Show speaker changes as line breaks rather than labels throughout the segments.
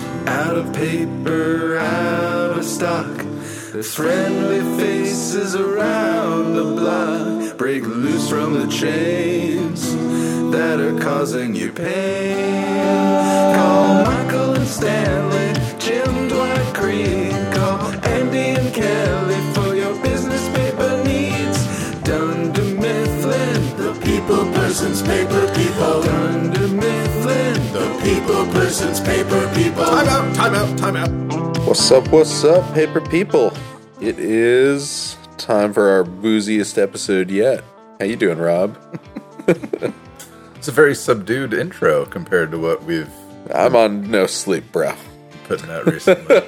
out of paper, out of stock. There's friendly faces around the block. Break loose from the chains that are causing you pain. Call Michael and Stanley, Jim Dwight Creek. Call Andy and Kelly for your business paper needs. Dunder Mifflin, the people person's paper people. Dunder Mifflin, the people person's paper people.
Time out, time out, time out.
What's up, what's up, paper people? It is time for our booziest episode yet. How you doing, Rob?
It's a very subdued intro compared to what we've
I'm on no sleep, bro.
put in out recently.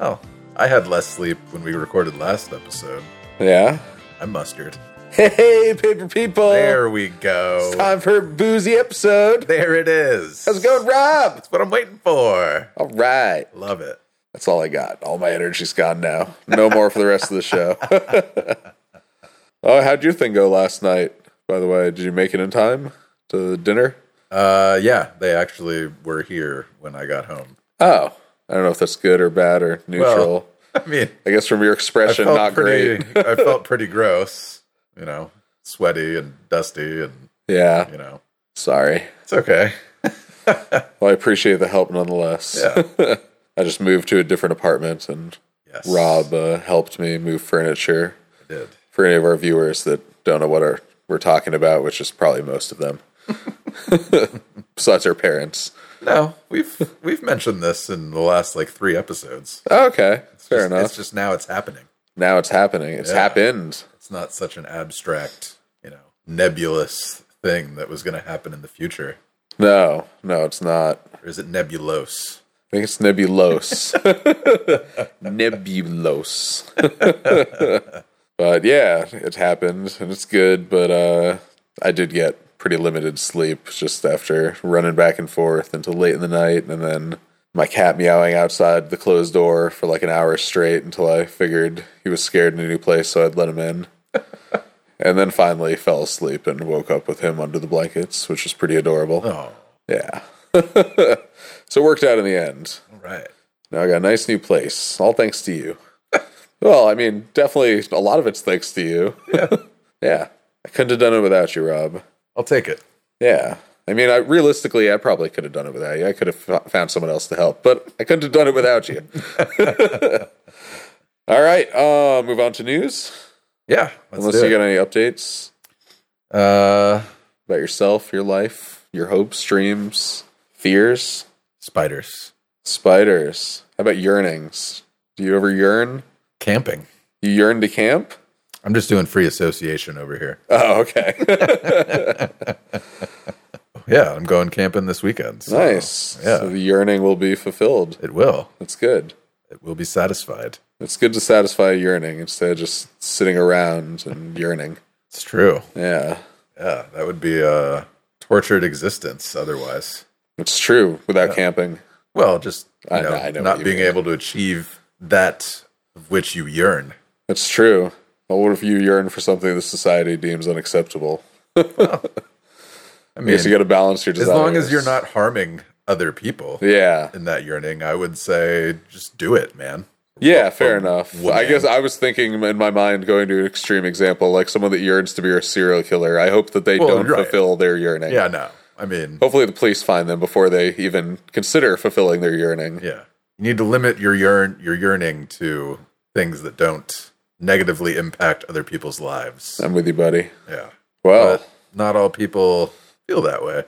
oh, I had less sleep when we recorded last episode.
Yeah?
I mustered.
Hey, hey, paper people!
There we go.
Time for a boozy episode.
There it is.
How's it going, Rob?
That's what I'm waiting for.
All right.
Love it.
That's all I got. All my energy's gone now. No more for the rest of the show. oh, how'd your thing go last night, by the way? Did you make it in time to dinner?
Uh, yeah, they actually were here when I got home.
Oh, I don't know if that's good or bad or neutral.
Well, I mean,
I guess from your
I
expression,
felt
not
pretty.
great.
I felt pretty gross. You know, sweaty and dusty, and
Yeah,
you know,
sorry.
it's okay.
Well, I appreciate the help nonetheless.
Yeah.
I just moved to a different apartment, and
Yes,
Rob uh, helped me move furniture.
I did.
For any of our viewers that don't know what our, we're talking about, which is probably most of them, besides our parents.
No, we've we've mentioned this in the last like three episodes.
Okay, fair
Just-
enough.
It's just now it's happening.
now it's happening. It's
Yeah.
happened.
It's not such an abstract, you know, nebulous thing that was going to happen in the future.
No, no, it's not.
Or is it nebulose?
I think it's nebulose. nebulose. but yeah, it happened and it's good, but uh I did get pretty limited sleep just after running back and forth until late in the night and then my cat meowing outside the closed door for like an hour straight until I figured he was scared in a new place so I'd let him in. and then finally fell asleep and woke up with him under the blankets, which was pretty adorable.
Oh,
Yeah. so it worked out in the end.
all right.
Now I got a nice new place. All thanks to you. well, I mean, definitely a lot of it's thanks to you. Yeah. I couldn't have done it without you, Rob.
I'll take it.
Yeah. I mean, I realistically, I probably could have done it without you. I could have f- found someone else to help, but I couldn't have done it without you. All right. Uh, move on to news.
Yeah. Let's
Unless
do
you
it.
got any updates
uh,
about yourself, your life, your hopes, dreams, fears.
spiders
Spiders. How about yearnings? Do you ever yearn?
camping.
You yearn to camp?
I'm just doing free association over here.
Oh, okay.
Yeah, I'm going camping this weekend. so
nice.
yeah.
So the yearning will be fulfilled.
It will.
That's good.
It will be satisfied.
It's good to satisfy a yearning instead of just sitting around and yearning.
It's true.
Yeah.
Yeah, that would be a tortured existence otherwise.
It's true without camping.
Well, just you
I-
know,
I know what
not
you
being
mean.
able to achieve that of which you yearn.
That's true. Well, what if you yearn for something the society deems unacceptable?
I
I
mean,
guess you got to balance your
as
desires.
long as you're not harming other people
Yeah.
in that yearning, I would say just do it, man.
Yeah, fair enough. I
woman.
guess I was thinking in my mind, going to an extreme example, like someone that yearns to be a serial killer. I hope that they
Well,
don't
right.
fulfill their yearning.
Yeah, no, I mean,
Hopefully, the police find them before they even consider fulfilling their yearning.
yeah, you need to limit your yearn your yearning to things that don't negatively impact other people's lives.
I'm with you, buddy.
Yeah,
Well,
but not all people feel that way.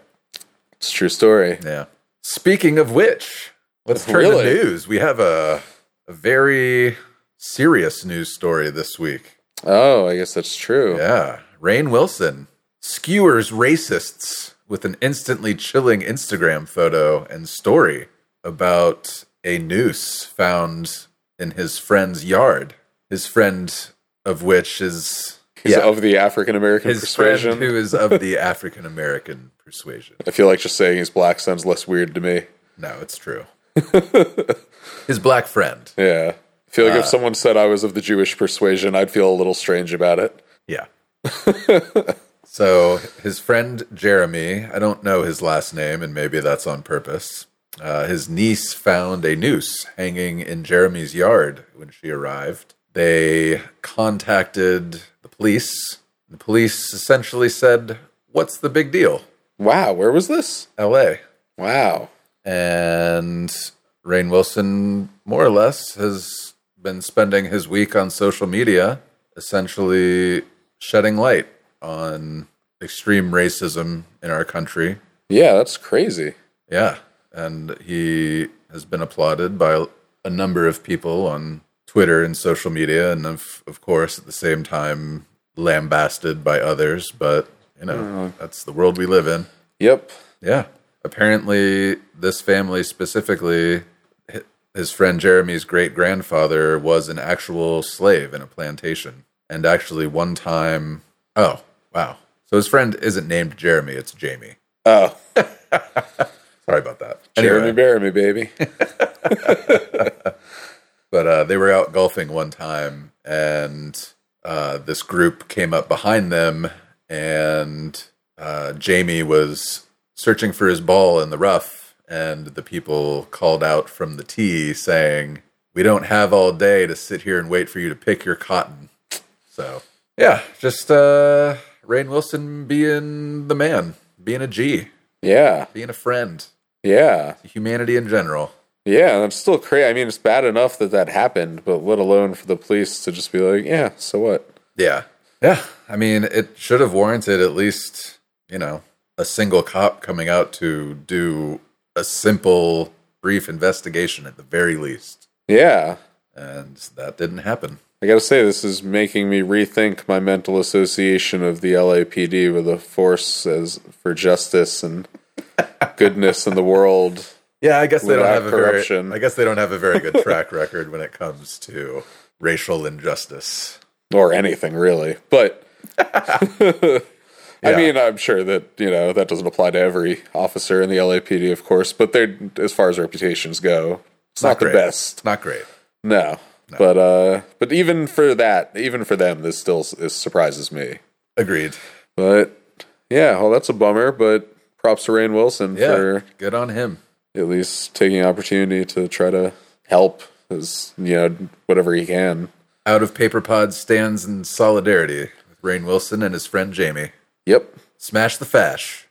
it's a true story.
Yeah. Speaking of which, let's turn
Really?
to news. We have a, a very serious news story this week.
Oh, I guess that's true.
Yeah. Rain Wilson skewers racists with an instantly chilling Instagram photo and story about a noose found in his friend's yard. His friend of which is
He's
yeah,
of the African American
his friend
persuasion.
who is of the African American persuasion.
I feel like just saying he's black sounds less weird to me.
No, it's true. his black friend.
Yeah. I feel like
Uh.
if someone said I was of the Jewish persuasion, I'd feel a little strange about it.
Yeah. so his friend Jeremy, I don't know his last name, and maybe that's on purpose, Uh, his niece found a noose hanging in Jeremy's yard when she arrived. They contacted the police. The police essentially said, What's the big deal?
Wow, where was this?
LA.
Wow.
And Rain Wilson, more or less, has been spending his week on social media, essentially shedding light on extreme racism in our country.
Yeah, that's crazy.
Yeah. And he has been applauded by a number of people on Twitter and social media. And of, of course, at the same time, lambasted by others. But, you know, that's the world we live in.
Yep.
Yeah. Apparently, this family specifically, hi- his friend Jeremy's great grandfather was an actual slave in a plantation. And actually, one time, oh, wow. So his friend isn't named Jeremy, it's Jamie.
Oh,
Sorry about that.
Jeremy
Anyway,
bury me, baby.
but uh, they were out golfing one time, and uh, this group came up behind them, and uh, Jamie was searching for his ball in the rough, and the people called out from the tee saying, "We don't have all day to sit here and wait for you to pick your cotton." So, yeah, just uh, Rain Wilson being the man, being a G,
yeah.
being a friend
Yeah.
to humanity in general.
Yeah, that's still crazy. I mean, it's bad enough that that happened, but let alone for the police to just be like, yeah, so what?
Yeah. Yeah. I mean, it should have warranted at least, you know, a single cop coming out to do a simple, brief investigation at the very least.
Yeah.
And that didn't happen.
I gotta say, this is making me rethink my mental association of the LAPD with a force as for justice and goodness in the world.
Yeah, I guess they
Without
don't have a
corruption.
very, I guess they don't have a very good track record when it comes to racial injustice.
or anything really. But I mean, I'm sure that you know that doesn't apply to every officer in the LAPD, of course. But they, as far as reputations go, it's not, the
great.
best.
It's not great.
No. But uh, but even for that, even for them, this still s- this surprises me.
Agreed.
But yeah, well, that's a bummer. But props to Rain Wilson
Yeah.
for
Good on him.
at least taking opportunity to try to help as you know whatever he can.
Out of paper pod stands in solidarity with Rain Wilson and his friend Jamie.
Yep.
Smash the fash.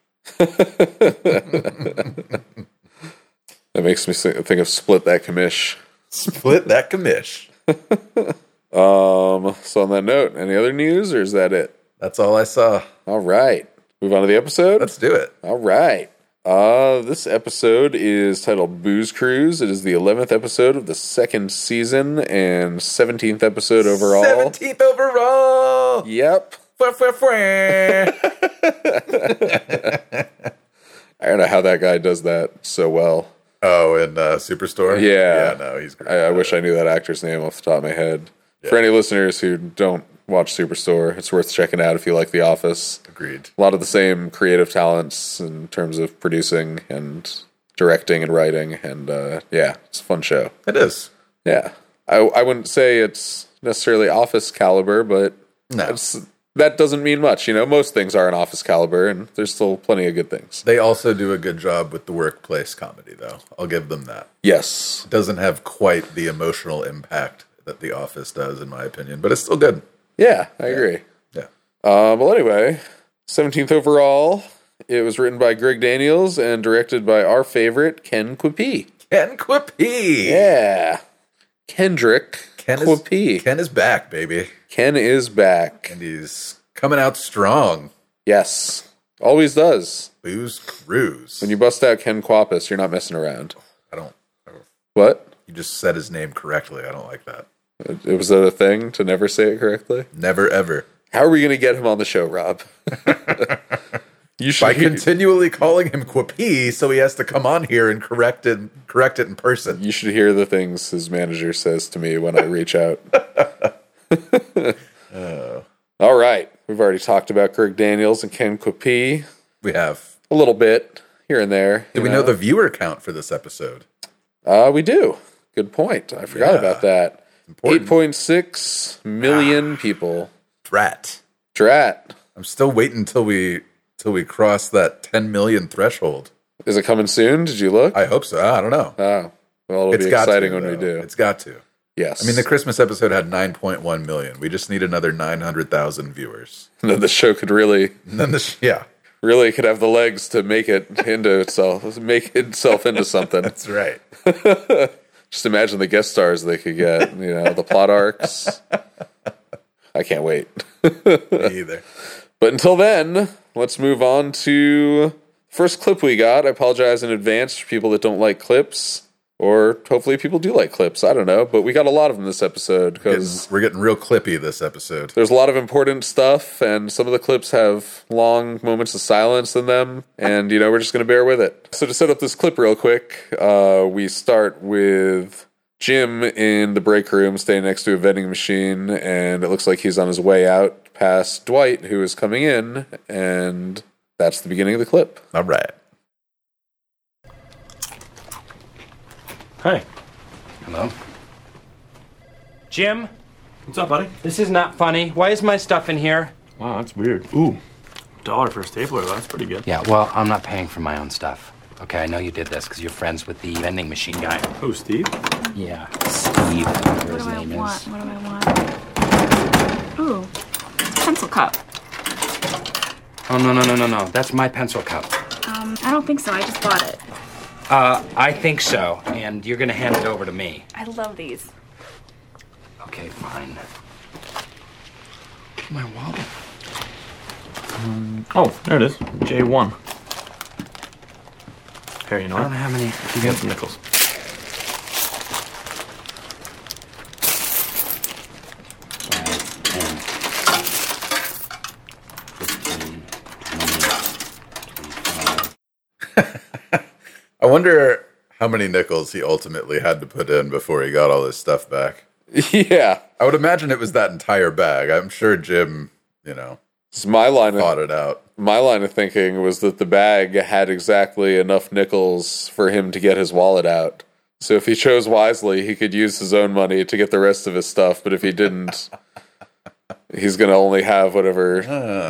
That makes me si- think of split that commish.
Split that commish.
Um, so on that note, any other news or is that it?
That's all I saw.
All right. Move on to the episode.
Let's do it.
All right. Uh, this episode is titled Booze Cruise. It is the 11th episode of the second season and 17th episode overall.
17th overall.
Yep.
Fwah, fwah, fwah.
I don't know how that guy does that so well.
oh, in uh, Superstore?
Yeah.
Yeah, no, he's great.
I, I wish I knew that actor's name off the top of my head. For any listeners who don't watch Superstore, it's worth checking out if you like The Office.
Agreed.
a lot of the same creative talents in terms of producing and directing and writing and uh, yeah it's a fun show
It is.
yeah I, I wouldn't say it's necessarily office caliber but
No.
it's, that doesn't mean much you know most things are an office caliber and there's still plenty of good things
They also do a good job with the workplace comedy, though. I'll give them that.
yes
Doesn't have quite the emotional impact that The Office does, in my opinion, but it's still good.
yeah i agree
Yeah.
uh, well anyway 17th overall it was written by greg daniels and directed by our favorite ken quipee
Ken Quippy.
yeah kendrick
Ken is,
Quipee.
Ken is back, baby.
Ken is back.
And he's coming out strong.
Yes. Always does.
Booze Cruise.
When you bust out Ken Quapis, you're not messing around.
I don't. I don't
What?
You just said his name correctly. I don't like that.
It it was that a thing to never say it correctly?
Never ever.
How are we going to get him on the show, Rob? you should.
By
hear-
continually calling him Quipee, so he has to come on here and correct it correct it in person.
you should hear the things his manager says to me when I reach out. Oh. All right. We've already talked about Greg Daniels and Ken Quapee
We have.
a little bit here and there.
Do we know the viewer count for this episode?
Uh, we do. Good point. I forgot
Yeah.
about that.
Important. Ah.
8.6 million people.
Drat.
Drat.
I'm still waiting till we till we cross that 10 million threshold.
Is it coming soon? Did you look?
I hope so. I don't know.
oh, well, it'll
It's
be
got
exciting
to,
when we
though.
do.
It's got to.
yes.
I mean, the Christmas episode had 9.1 million. We just need another 900,000 viewers.
then the show could really,
And then the yeah,
really could have the legs to make it into itself, make itself into something.
that's right.
Just imagine the guest stars they could get. You know, the plot arcs. I can't wait.
Me either.
But until then, let's move on to first clip we got. I apologize in advance for people that don't like clips, or hopefully people do like clips. I don't know, but we got a lot of them this episode because
Getting- we're getting real clippy this episode.
there's a lot of important stuff, and some of the clips have long moments of silence in them, and you know, we're just gonna bear with it. So, to set up this clip real quick, uh, we start with Jim in the break room staying next to a vending machine, and it looks like he's on his way out past Dwight, who is coming in, and that's the beginning of the clip.
All right.
Hi.
Hello?
Jim,
What's up, buddy?
this is not funny. Why is my stuff in here?
Wow, that's weird. Ooh, dollar for a stapler. That's pretty good.
Yeah, well, I'm not paying for my own stuff. Okay, I know you did this because you're friends with the vending machine guy.
Oh, Steve?
Yeah, Steve, whatever
What
his
do I
name
want?
is.
What do I want? Ooh, pencil cup.
Oh, no, no, no, no, no. That's my pencil cup.
Um, I don't think so. I just bought it.
Uh, I think so, and you're gonna hand it over to me.
I love these.
Okay, fine. My wallet.
Oh, there it is. J1. Here, you know
I don't
what?
have any.
You got some nickels.
Five, 10, 15, 20, 25.
I wonder how many nickels he ultimately had to put in before he got all his stuff back.
yeah,
I would imagine it was that entire bag. I'm sure Jim, you know,
it's my line of
thought it out.
my line of thinking was that the bag had exactly enough nickels for him to get his wallet out. So if he chose wisely, he could use his own money to get the rest of his stuff. But if he didn't, he's going to only have whatever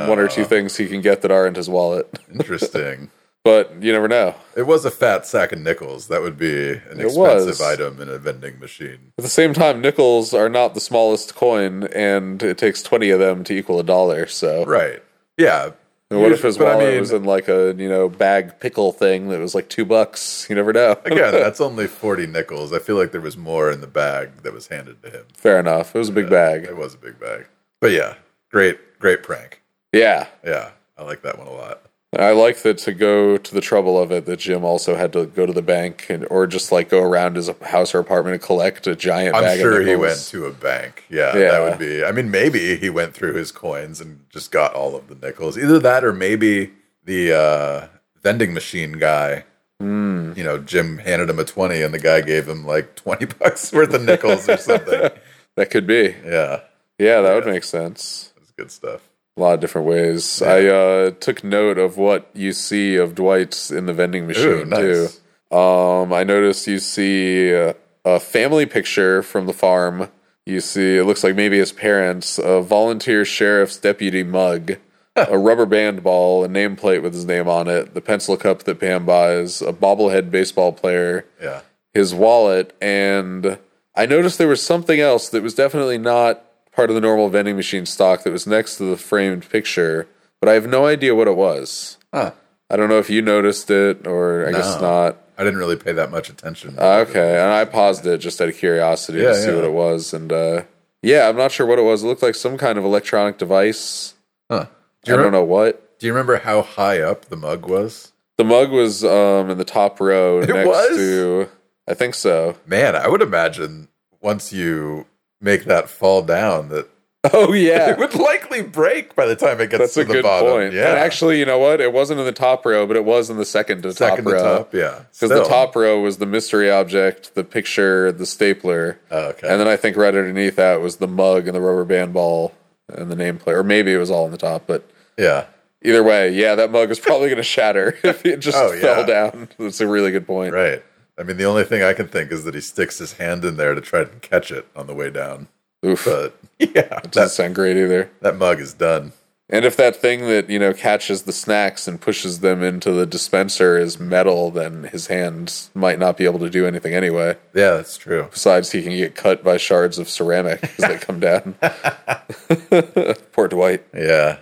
one or two
Ah.
things he can get that aren't his wallet.
Interesting.
But you never know.
it was a fat sack of nickels. That would be an
It was.
expensive item in a vending machine.
At the same time, nickels are not the smallest coin, and it takes 20 of them to equal a dollar. So
Right. Yeah.
And what if his
But I
wallet
mean-
was in like a, you know, bag pickle thing that was like two bucks? You never know.
Again, that's only 40 nickels. I feel like there was more in the bag that was handed to him.
Fair enough. It was a
uh,
big bag.
It was a big bag. But yeah, great, great prank.
Yeah.
Yeah, I like that one a lot.
I like that to go to the trouble of it that Jim also had to go to the bank and or just like go around his house or apartment and collect a giant
I'm
bag
sure
of
he went
nickels.
to a bank. Yeah,
Yeah.
that would be. I mean, maybe he went through his coins and just got all of the nickels. Either that, or maybe the uh, vending machine guy.
Hmm.
You know, Jim handed him a twenty, and the guy gave him like twenty bucks worth of nickels or something.
That could be.
Yeah,
Yeah, that would make sense.
that's good stuff.
A lot of different ways. I uh, took note of what you see of Dwight's in the vending machine
Ooh,
too.
nice.
Um, I noticed you see uh, a family picture from the farm. You see, it looks like maybe his parents, a volunteer sheriff's deputy mug, a rubber band ball, a nameplate with his name on it, the pencil cup that Pam buys, a bobblehead baseball player,
Yeah,
his wallet, and I noticed there was something else that was definitely not part of the normal vending machine stock that was next to the framed picture, but I have no idea what it was.
Huh.
I don't know if you noticed it or I guess
No.
not. Ah,
I didn't really pay that much attention.
Uh. Okay, and I paused it just out of curiosity
Yeah,
to see
yeah.
what it was, and uh, yeah, I'm not sure what it was. It looked like some kind of electronic device.
Huh. Do,
I
you
don't
remember,
know what.
do you remember how high up the mug was?
The mug was um, in the top row next
was?
to. I think so.
Man, I would imagine once you make that fall down, that
Oh yeah,
it would likely break by the time it gets
that's
to
a
the
good
bottom.
point.
Yeah,
And actually, you know what? It wasn't in the top row, but it was in the second to
second
top
to
row.
top. Yeah,
Because the
Still.
top row was the mystery object, the picture, the stapler.
Oh, okay.
And then I think right underneath that was the mug and the rubber band ball and the nameplate. Or maybe it was all on the top, but
yeah,
either way, yeah, that mug is probably going to shatter if it just
Oh, yeah.
fell down. That's a really good point.
right. I mean, the only thing I can think is that he sticks his hand in there to try to catch it on the way down.
Oof.
But yeah,
Doesn't
that,
sound great either.
that mug is done.
And if that thing that, you know, catches the snacks and pushes them into the dispenser is metal, then his hands might not be able to do anything anyway.
Yeah, that's true.
Besides, he can get cut by shards of ceramic as they come down. Poor Dwight.
Yeah.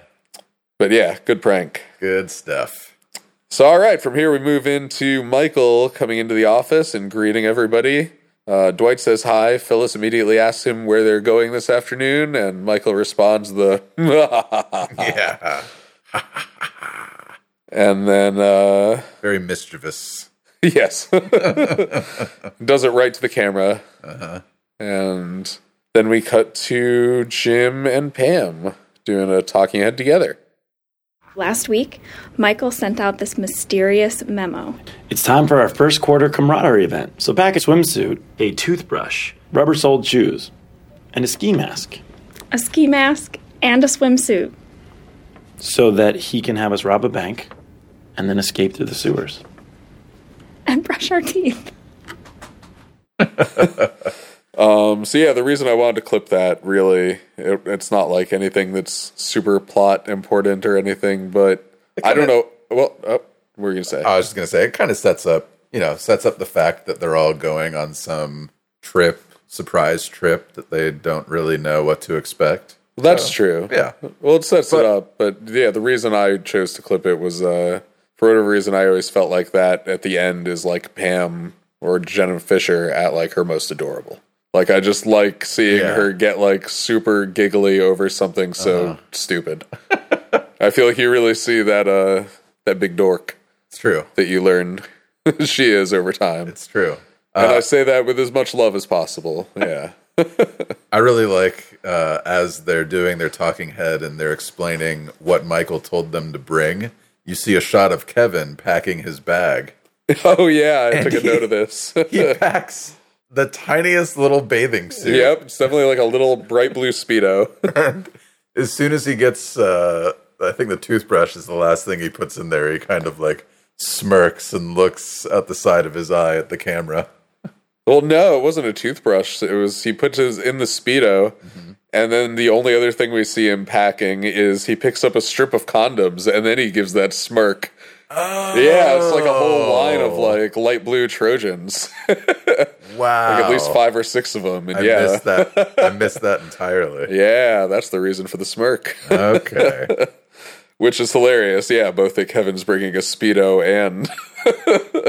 But yeah, good prank.
Good stuff.
So, all right, from here we move into Michael coming into the office and greeting everybody. Uh, Dwight says hi. Phyllis immediately asks him where they're going this afternoon, and Michael responds the Ah.
Yeah.
and then uh,
Very mischievous.
yes, does it right to the camera,
Uh-huh.
and then we cut to Jim and Pam doing a talking head together.
Last week, Michael sent out this mysterious memo.
It's time for our first quarter camaraderie event. So pack a swimsuit,
A toothbrush.
rubber soled shoes, and a ski mask
a ski mask, and a swimsuit.
so that he can have us rob a bank and then escape through the sewers.
And brush our teeth.
Um, so yeah, the reason I wanted to clip that really, it, it's not like anything that's super plot important or anything, but I don't know. Well, oh, what were you gonna say?
I was just gonna say it kind of sets up, you know, sets up the fact that they're all going on some trip, surprise trip that they don't really know what to expect.
well, that's true.
Yeah,
Well, it sets it up, but yeah, the reason I chose to clip it was uh, for whatever reason I always felt like that at the end is like Pam or Jenna Fisher at like her most adorable. Like I just like seeing
Yeah.
her get like super giggly over something so stupid. I feel like you really see that uh that big dork.
it's true.
that you learn she is over time.
It's uh, true.
and I say that with as much love as possible. Yeah.
I really like uh, as they're doing their talking head and they're explaining what Michael told them to bring. You see a shot of Kevin packing his bag.
oh yeah, I took a
he-
note of this.
He packs the tiniest little bathing suit.
yep, it's definitely like a little bright blue speedo.
as soon as he gets uh i think the toothbrush is the last thing he puts in there he kind of like smirks and looks out the side of his eye at the camera
well, no, it wasn't a toothbrush. It was he puts his in the speedo.
Mm-hmm.
And then the only other thing we see him packing is he picks up a strip of condoms and then he gives that smirk.
oh
Yeah, it's like a whole line of like light blue Trojans.
wow
At least five or six of them. And
i
yeah.
missed that i missed that entirely
Yeah, that's the reason for the smirk.
okay
which is hilarious. Yeah, both that Kevin's bringing a speedo and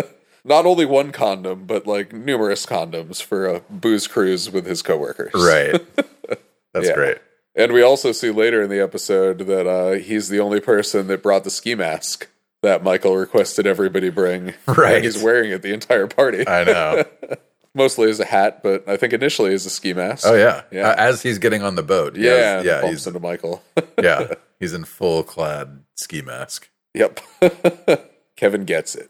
not only one condom, but like numerous condoms for a booze cruise with his coworkers.
right that's
Yeah.
great
And we also see later in the episode that uh, he's the only person that brought the ski mask that Michael requested everybody bring.
Right.
And he's wearing it the entire party,
i know
mostly as a hat, but I think initially as a ski mask.
oh yeah,
Yeah.
Uh, as he's getting on the boat he
Yeah,
has-
yeah,
yeah
bumps
he's
into Michael.
yeah he's in full clad ski mask
Yep. Kevin gets it.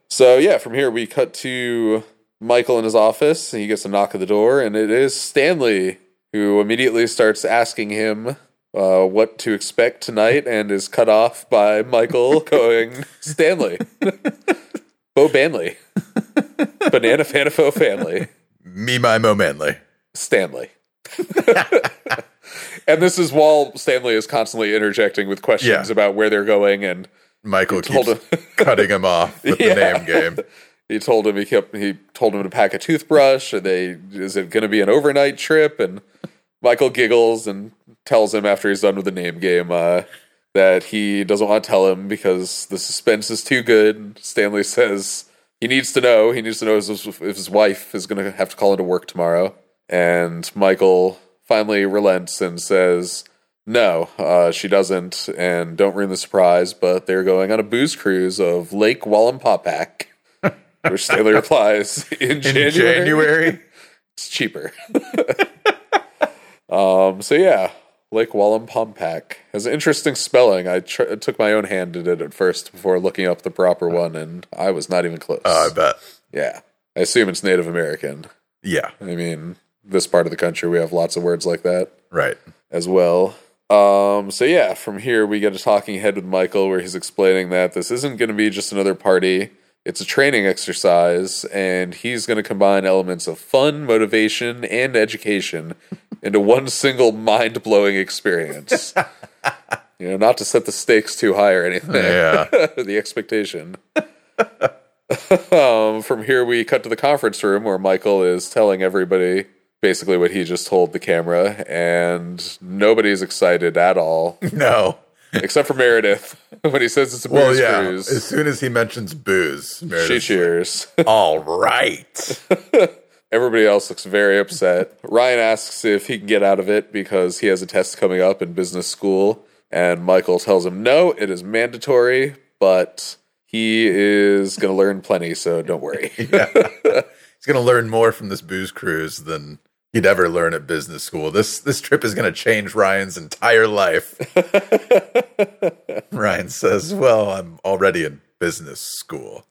so, yeah, from here we cut to Michael in his office. He gets a knock at the door, and it is Stanley who immediately starts asking him uh, what to expect tonight and is cut off by Michael going, Stanley, Bo Banley, Banana Fanafo family.
me my mo manly
Stanley. and this is while Stanley is constantly interjecting with questions
Yeah.
about where they're going. And
michael
told
keeps cutting him off with
Yeah.
the name game
he told him he kept he told him to pack a toothbrush. Are they is it going to be an overnight trip? And Michael giggles and tells him after he's done with the name game uh, that he doesn't want to tell him because the suspense is too good. Stanley says he needs to know. He needs to know if his, if his wife is going to have to call into work tomorrow. And Michael finally relents and says, "No, uh, she doesn't." And don't ruin the surprise. But they're going on a booze cruise of Lake Wallenpopak. Which Stanley replies in
in
January.
january
It's cheaper. um. So yeah, Lake Wallenpopak has an interesting spelling. I tr- took my own hand at it at first before looking up the proper one, and I was not even close.
Oh, Uh-huh. I bet.
Yeah. I assume it's Native American.
Yeah,
I mean, this part of the country, we have lots of words like that
right.
as well. Um, so, yeah, from here, we get a talking head with Michael where he's explaining that this isn't going to be just another party. It's a training exercise, and he's going to combine elements of fun, motivation, and education into one single mind blowing experience. you know, not to set the stakes too high or anything.
Yeah.
the expectation. um, from here, we cut to the conference room where Michael is telling everybody basically what he just told the camera, and nobody's excited at all,
No.
except for Meredith when he says it's a
Well,
booze
yeah. As
cruise.
soon as he mentions booze,
She
Meredith's
cheers.
like, All right.
Everybody else looks very upset. Ryan asks if he can get out of it because he has a test coming up in business school. And Michael tells him, no, it is mandatory, but he is going to learn plenty, so don't worry.
He's gonna learn more from this booze cruise than he'd ever learn at business school. This this trip is gonna change Ryan's entire life. Ryan says, "Well, I'm already in business school."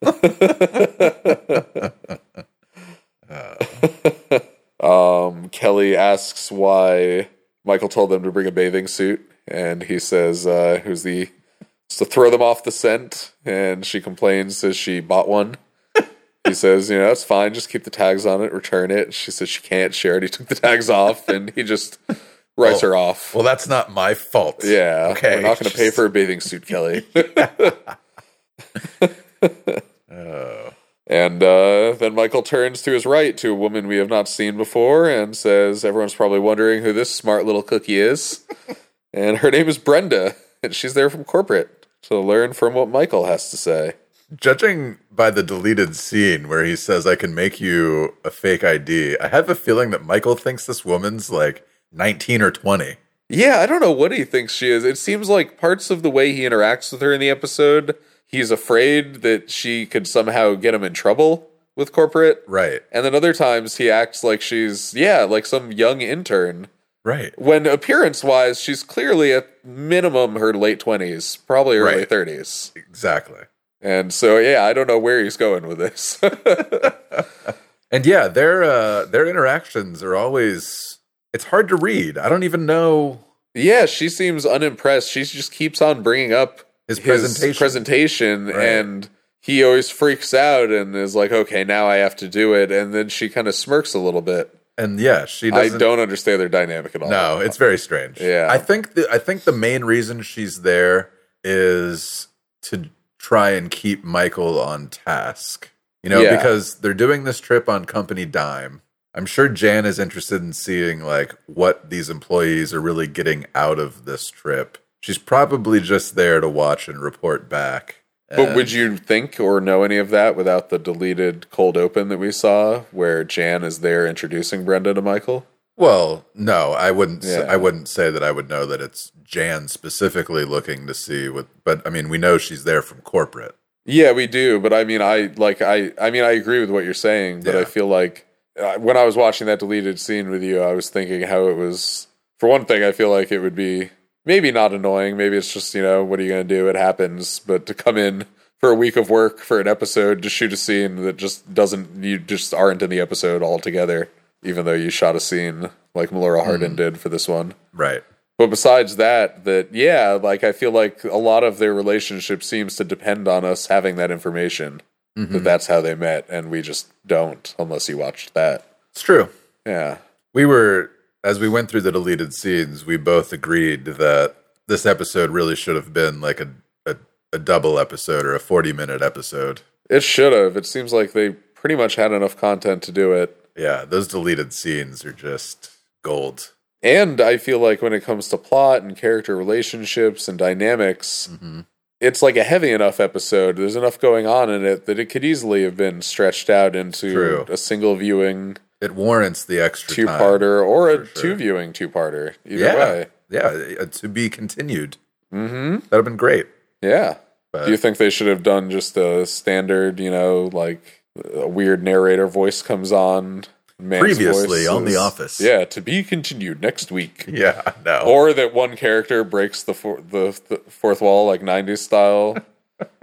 Um, Kelly asks why Michael told them to bring a bathing suit, and he says, uh, "Who's the it's to throw them off the scent?" And she complains, says she bought one. he says, "You know, that's fine. Just keep the tags on it. Return it." She says she can't. She already took the tags off, and he just writes her off.
Well, that's not my fault.
yeah,
Okay.
we're not going to pay for a bathing suit, Kelly.
Oh.
And uh, then Michael turns to his right to a woman we have not seen before and says, Everyone's probably wondering who this smart little cookie is. and her name is Brenda, and she's there from corporate to learn from what Michael has to say.
Judging by the deleted scene where he says, I can make you a fake ID, I have a feeling that Michael thinks this woman's like 19 or 20.
Yeah, I don't know what he thinks she is. It seems like parts of the way he interacts with her in the episode, he's afraid that she could somehow get him in trouble with corporate.
Right.
And then other times he acts like she's, yeah, like some young intern.
Right.
when appearance wise, she's clearly at minimum her late twenties, probably early
Right.
thirties.
Exactly.
And so, yeah, I don't know where he's going with this.
And yeah, their uh, their interactions are always it's hard to read. I don't even know
yeah, she seems unimpressed. She just keeps on bringing up
his,
his
presentation.
presentation,
Right.
and he always freaks out and is like, "Okay, now I have to do it." And then she kind of smirks a little bit.
and yeah, she
I
doesn't
don't understand their dynamic at all.
No, it's very strange.
Yeah.
I think the I think the main reason she's there is to try and keep Michael on task. You know,
Yeah.
because they're doing this trip on company dime. I'm sure Jan is interested in seeing like what these employees are really getting out of this trip. She's probably just there to watch and report back.
But would you think or know any of that without the deleted cold open that we saw, where Jan is there introducing Brenda to Michael?
Well, no, I wouldn't. Say,
Yeah.
I wouldn't say that I would know that it's Jan specifically looking to see what. But I mean, we know she's there from corporate.
Yeah, we do, but I mean, I like I I mean, I agree with what you're saying, but
Yeah.
I feel like uh, when I was watching that deleted scene with you, I was thinking how it was. For one thing, I feel like it would be maybe not annoying. Maybe it's just you know, what are you going to do? It happens. But to come in for a week of work for an episode to shoot a scene that just doesn't you just aren't in the episode altogether, even though you shot a scene like Melora Hardin did for this one.
Right.
But besides that, that yeah, like I feel like a lot of their relationship seems to depend on us having that information that that's how they met, and we just don't unless you watched that.
It's true.
Yeah,
We were, as we went through the deleted scenes, we both agreed that this episode really should have been like a, a, a double episode or a 40 minute episode.
it should have. It seems like they pretty much had enough content to do it.
Yeah, those deleted scenes are just gold.
And I feel like when it comes to plot and character relationships and dynamics, it's like a heavy enough episode. There's enough going on in it that it could easily have been stretched out into
True.
a single viewing
It warrants the extra
two
time.
parter or a
for sure.
two viewing two parter. Either
Yeah.
way.
Yeah, uh, to be continued.
Mm-hmm.
That'd have been great.
Yeah.
But
Do you think they should have done just a standard, you know, like a weird narrator voice comes on? man's
Previously on
is-
The Office.
Yeah, to be continued next week.
yeah, no.
Or that one character breaks the, four, the, the fourth wall like 90s style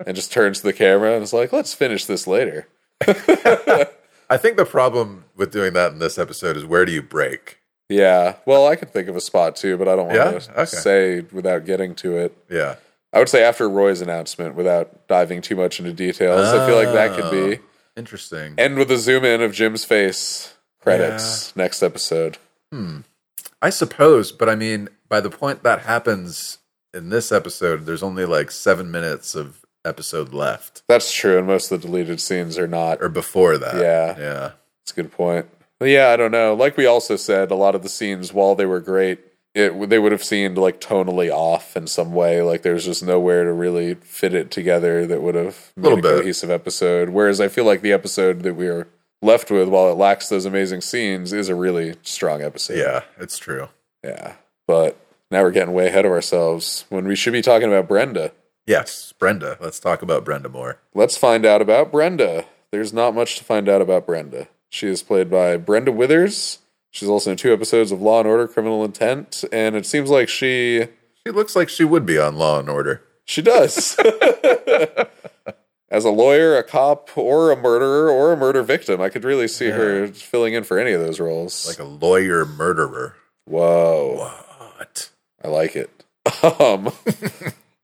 and just turns to the camera and is like, let's finish this later.
I think the problem with doing that in this episode is where do you break?
Yeah. Well, I could think of a spot too, but I don't want
Yeah?
to
Okay.
say without getting to it.
Yeah.
I would say after Roy's announcement without diving too much into details. I feel like that could be.
Oh. Interesting.
End with a zoom in of Jim's face. Credits. Next episode.
I suppose, but I mean, by the point that happens in this episode, there's only like seven minutes of episode left,
That's true, and most of the deleted scenes are not.
or before that.
Yeah.
yeah.
That's a good point. But yeah, I don't know. Like we also said, a lot of the scenes, while they were great, it they would have seemed like tonally off in some way. Like there's just nowhere to really fit it together that would have made
Little
a
bit.
cohesive episode. Whereas I feel like the episode that we are left with, while it lacks those amazing scenes, is a really strong episode.
Yeah, it's true.
Yeah. But now we're getting way ahead of ourselves when we should be talking about Brenda.
Yes, Brenda. Let's talk about Brenda more.
Let's find out about Brenda. There's not much to find out about Brenda. She is played by Brenda Withers. She's also in two episodes of Law and Order: Criminal Intent, and it seems like she
She looks like she would be on Law and Order.
she does. As a lawyer, a cop, or a murderer, or a murder victim, I could really see her filling in for any of those roles.
Like a lawyer murderer.
whoa,
What?
I like it. Um,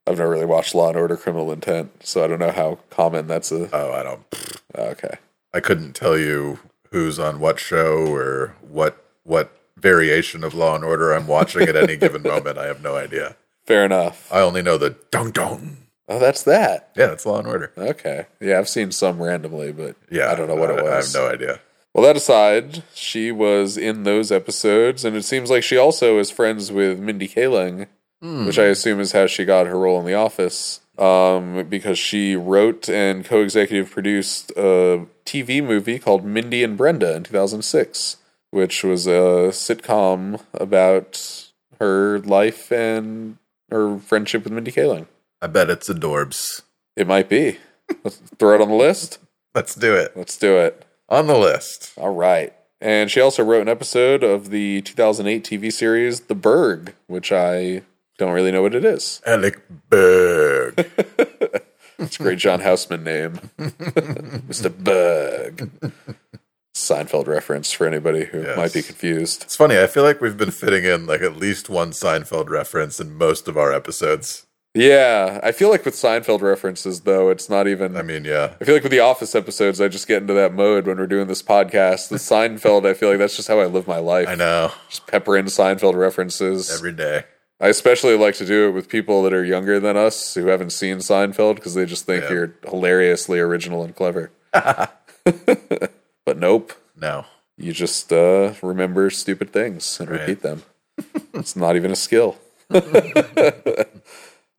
I've never really watched Law and Order: Criminal Intent, so I don't know how common that's a.
Oh, I don't.
Okay,
I couldn't tell you who's on what show or what what variation of Law and Order I'm watching at any given moment. I have no idea.
fair enough.
I only know the dong dong.
Oh, that's that.
Yeah, it's Law and Order.
Okay. Yeah, I've seen some randomly, but
Yeah,
I don't know what it
I
was.
have no idea.
Well, that aside, she was in those episodes, and it seems like she also is friends with Mindy Kaling, which I assume is how she got her role in The Office, um, because she wrote and co executive produced a TV movie called Mindy and Brenda in 2006, which was a sitcom about her life and her friendship with Mindy Kaling.
I bet it's adorbs.
It might be. Let's throw it on the list.
Let's do it.
Let's do it.
On the list.
All right. And she also wrote an episode of the 2008 TV series The Berg, which I don't really know what it is.
Alec Berg.
It's a great
Hmm.
John Houseman name. Mr. Berg. Seinfeld reference for anybody who
Yes.
might be confused.
it's funny. I feel like we've been fitting in like at least one Seinfeld reference in most of our episodes.
Yeah, I feel like with Seinfeld references though, it's not even
I mean, yeah.
I feel like with the office episodes I just get into that mode when we're doing this podcast. The Seinfeld, I feel like that's just how I live my life.
I know.
Just pepper in Seinfeld references.
Every day.
I especially like to do it with people that are younger than us who haven't seen Seinfeld because they just think
Yeah.
you're hilariously original and clever. but nope,
No.
you just uh, remember stupid things and
Right.
repeat them. it's not even a skill.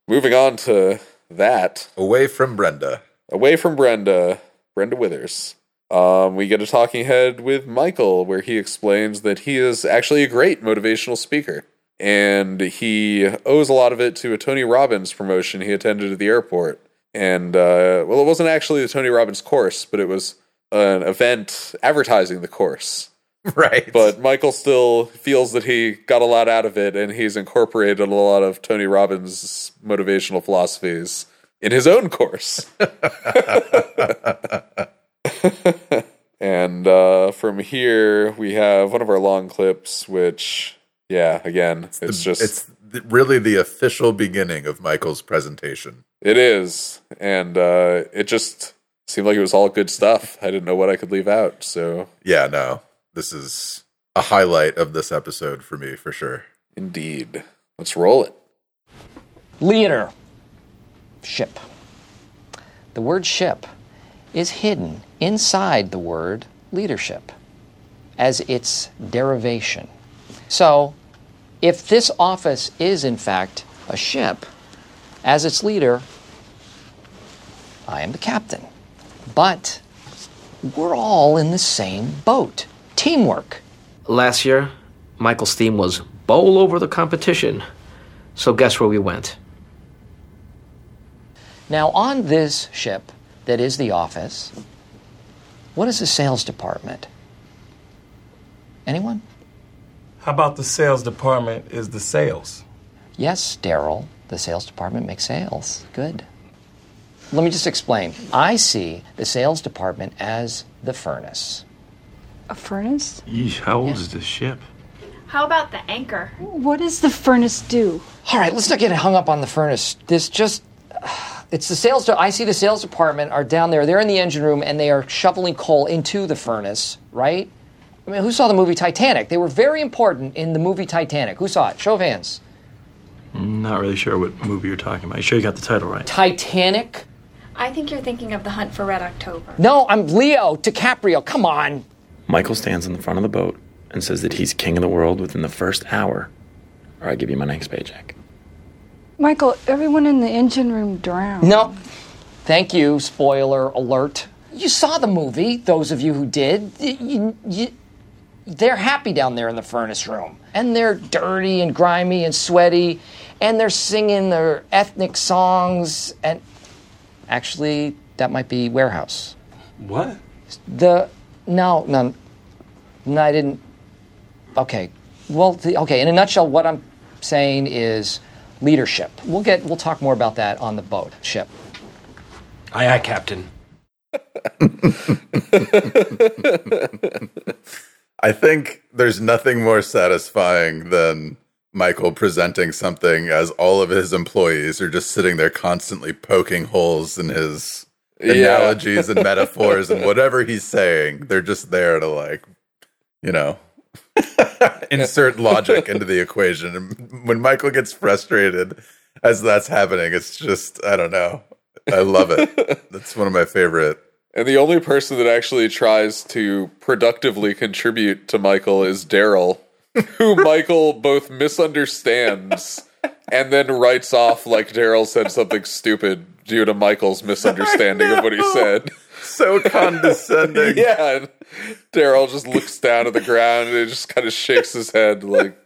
Moving on to that,
Away from Brenda.
away from Brenda, Brenda Withers. Um, we get a talking head with Michael where he explains that he is actually a great motivational speaker. And he owes a lot of it to a Tony Robbins promotion he attended at the airport. And, uh, well, it wasn't actually the Tony Robbins course, but it was an event advertising the course.
Right.
But Michael still feels that he got a lot out of it, and he's incorporated a lot of Tony Robbins' motivational philosophies in his own course. and uh, from here, we have one of our long clips, which, yeah, again, it's, just
it's th- really the official beginning of Michael's presentation.
it is, and uh, it just seemed like it was all good stuff. I didn't know what I could leave out, so
Yeah, no. This is a highlight of this episode for me, for sure.
indeed, let's roll it.
leader ship the word ship is hidden inside the word leadership as its derivation so if this office is in fact a ship as its leader i am the captain but we're all in the same boat teamwork
Last year, Michael's theme was bowl over the competition. So guess where we went?
Now, on this ship that is the office, what is the sales department? Anyone?
How about the sales department is the sales?
Yes, Daryl, the sales department makes sales. Good. Let me just explain. I see the sales department as the furnace.
A furnace?
Yeesh, how old is this ship?
How about the anchor?
What does the furnace do?
All right, let's not get hung up on the furnace. This just. It's the sales. De- I see the sales department are down there. They're in the engine room and they are shoveling coal into the furnace, right? I mean, who saw the movie Titanic? They were very important in the movie Titanic. Who saw it? Show of hands.
Not really sure what movie you're talking about. You sure you got the title right?
Titanic?
I think you're thinking of The Hunt for Red October.
No, I'm Leo DiCaprio. Come on.
Michael stands in the front of the boat and says that he's king of the world within the first hour, or I give you my next paycheck.
Michael, everyone in the engine room drowned.
No. Thank you, spoiler alert. You saw the movie, those of you who did. Y- you- you- they're happy down there in the furnace room. And they're dirty and grimy and sweaty. And they're singing their ethnic songs. And actually, that might be Warehouse.
What?
The. No, no. No, I didn't. Okay. Well, the, okay. In a nutshell, what I'm saying is leadership. We'll get. We'll talk more about that on the boat ship.
Aye, aye, Captain.
I think there's nothing more satisfying than Michael presenting something as all of his employees are just sitting there constantly poking holes in his
Yeah.
analogies and metaphors and whatever he's saying. They're just there to like, you know, insert logic into the equation. And when Michael gets frustrated as that's happening, it's just I don't know. I love it. That's one of my favorite.
And the only person that actually tries to productively contribute to Michael is Daryl, who Michael both misunderstands and then writes off like Daryl said something stupid due to Michael's misunderstanding of what he said.
So condescending.
yeah. and Daryl just looks down at the ground and just kind of shakes his head like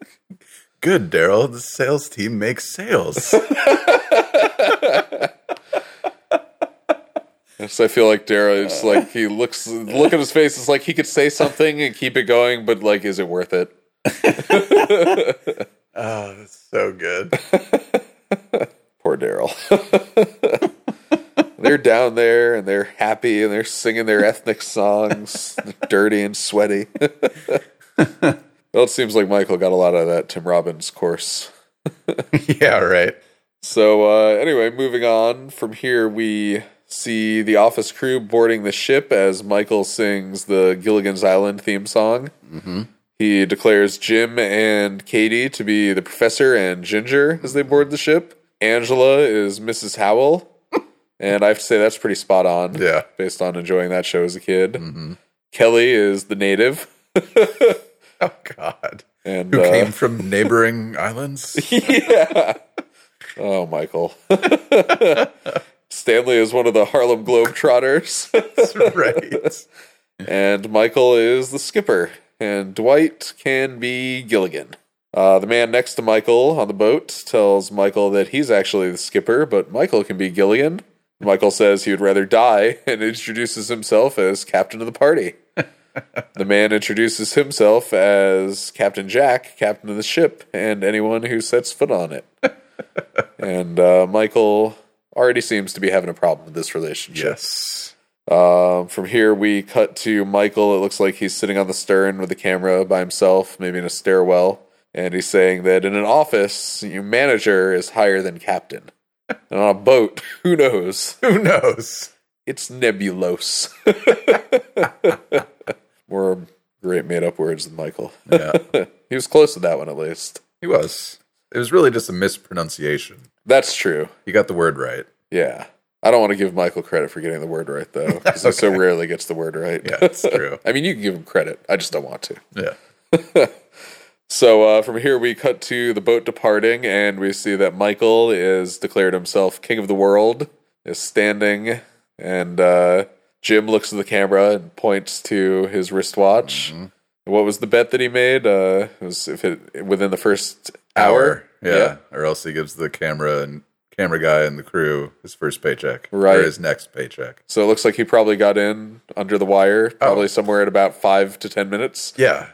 Good, Daryl. The sales team makes sales.
So I feel like Daryl. It's
Uh.
like he looks look at his face. It's like he could say something and keep it going, but like, is it worth it?
oh, that's so good.
Poor Daryl. they're down there and they're happy and they're singing their ethnic songs, They're dirty and sweaty. well, it seems like Michael got a lot out of that Tim Robbins course.
yeah, right.
So uh, anyway, moving on from here, we see the office crew boarding the ship as Michael sings the Gilligan's Island theme song.
Mm-hmm.
He declares Jim and Katie to be the professor and Ginger as they board the ship. Angela is Mrs. Howell. and I have to say, that's pretty spot on.
Yeah. Mm-hmm.
Based on enjoying that show as a kid. Kelly is the native.
oh, God.
And,
Who
uh,
came from neighboring islands?
yeah. Oh, Michael. Stanley is one of the Harlem Globetrotters. That's
right.
And Michael is the skipper. And Dwight can be Gilligan. Uh, the man next to Michael on the boat tells Michael that he's actually the skipper, but Michael can be Gilligan. Michael says he would rather die and introduces himself as captain of the party. The man introduces himself as Captain Jack, captain of the ship, and anyone who sets foot on it. and uh, Michael already seems to be having a problem with this relationship.
Yes.
Um, from here, we cut to Michael. It looks like he's sitting on the stern with the camera by himself, maybe in a stairwell. And he's saying that in an office, your manager is higher than captain. And on a boat, who knows?
Who knows?
It's nebulose. More great made up words than Michael.
Yeah.
he was close to that one at least.
He was. It was really just a mispronunciation.
That's true.
You got the word right.
Yeah. I don't want to give Michael credit for getting the word right, though, because he so rarely gets the word right.
Yeah, that's true.
I mean, you can give him credit. I just don't want to.
Yeah.
So uh, from here, we cut to the boat departing, and we see that Michael is declared himself king of the world, is standing, and uh, Jim looks at the camera and points to his wristwatch.
Mm-hmm.
What was the bet that he made? Uh, it was if it within the first hour.
Yeah. Or else he gives the camera and camera guy and the crew his first paycheck.
Right.
Or his next paycheck.
So it looks like he probably got in under the wire,
Oh.
probably somewhere at about five to ten minutes.
Yeah.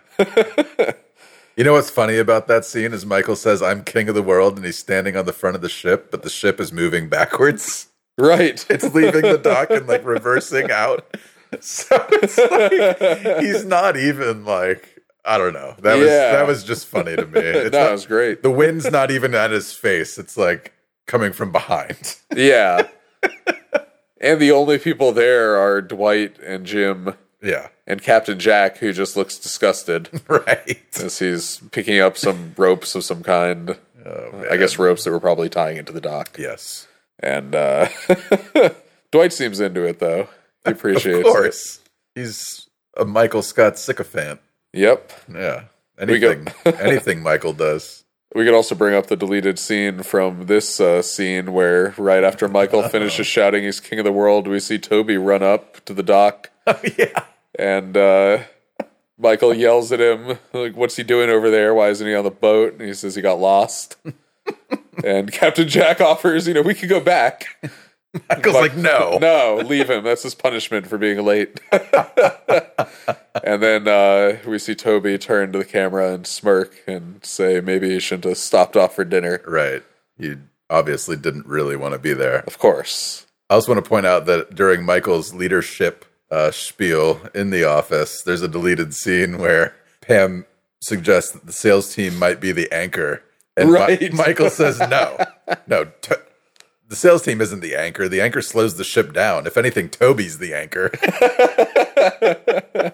you know what's funny about that scene is Michael says, I'm king of the world, and he's standing on the front of the ship, but the ship is moving backwards.
Right.
It's leaving the dock and like reversing out. So it's like he's not even like I don't know. That was
Yeah.
that was just funny to me. It's
No,
not-
it was great.
The wind's not even at his face. It's like coming from behind.
Yeah. and the only people there are Dwight and Jim
Yeah.
And Captain Jack, who just looks disgusted.
right.
As he's picking up some ropes of some kind.
Oh,
I guess ropes that were probably tying into the dock.
Yes.
And uh, Dwight seems into it, though. He appreciates
Of course. He's a Michael Scott sycophant.
Yep.
Yeah.
We go-
Anything anything Michael does.
We could also bring up the deleted scene from this uh, scene where, right after Michael finishes shouting he's king of the world, we see Toby run up to the dock. yeah. And uh, Michael yells at him, like, what's he doing over there? Why isn't he on the boat? And he says he got lost. and Captain Jack offers, you know, we could go back.
Michael's like, no.
No, leave him. That's his punishment for being late. and then uh, we see Toby turn to the camera and smirk and say, maybe he shouldn't have stopped off for dinner.
Right. You obviously didn't really want to be there.
Of course.
I also want to point out that during Michael's leadership uh, spiel in the office, there's a deleted scene where Pam suggests that the sales team might be the anchor. And Mi-
Right.
Michael says, no, no. To- the sales team isn't the anchor. The anchor slows the ship down. If anything, Toby's the anchor.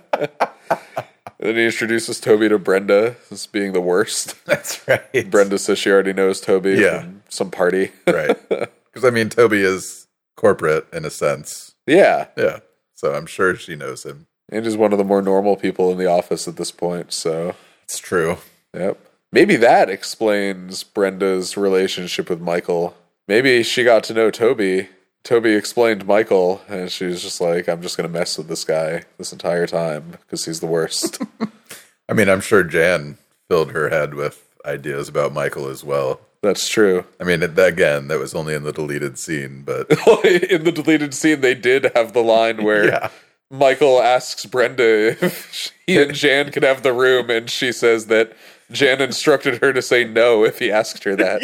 And then he introduces Toby to Brenda as being the worst.
That's right.
Brenda says she already knows Toby
Yeah.
from some party.
right. Because, I mean, Toby is corporate in a sense.
yeah.
Yeah. So I'm sure she knows him.
And is one of the more normal people in the office at this point. So,
It's true.
yep. Maybe that explains Brenda's relationship with Michael. Maybe she got to know Toby. Toby explained Michael, and she was just like, I'm just going to mess with this guy this entire time because he's the worst.
I mean, I'm sure Jan filled her head with ideas about Michael as well.
That's true.
I mean, it- again, that was only in the deleted scene, but
in the deleted scene, they did have the line where Michael asks Brenda if he and Jan could have the room, and she says that Jan instructed her to say no if he asked her that.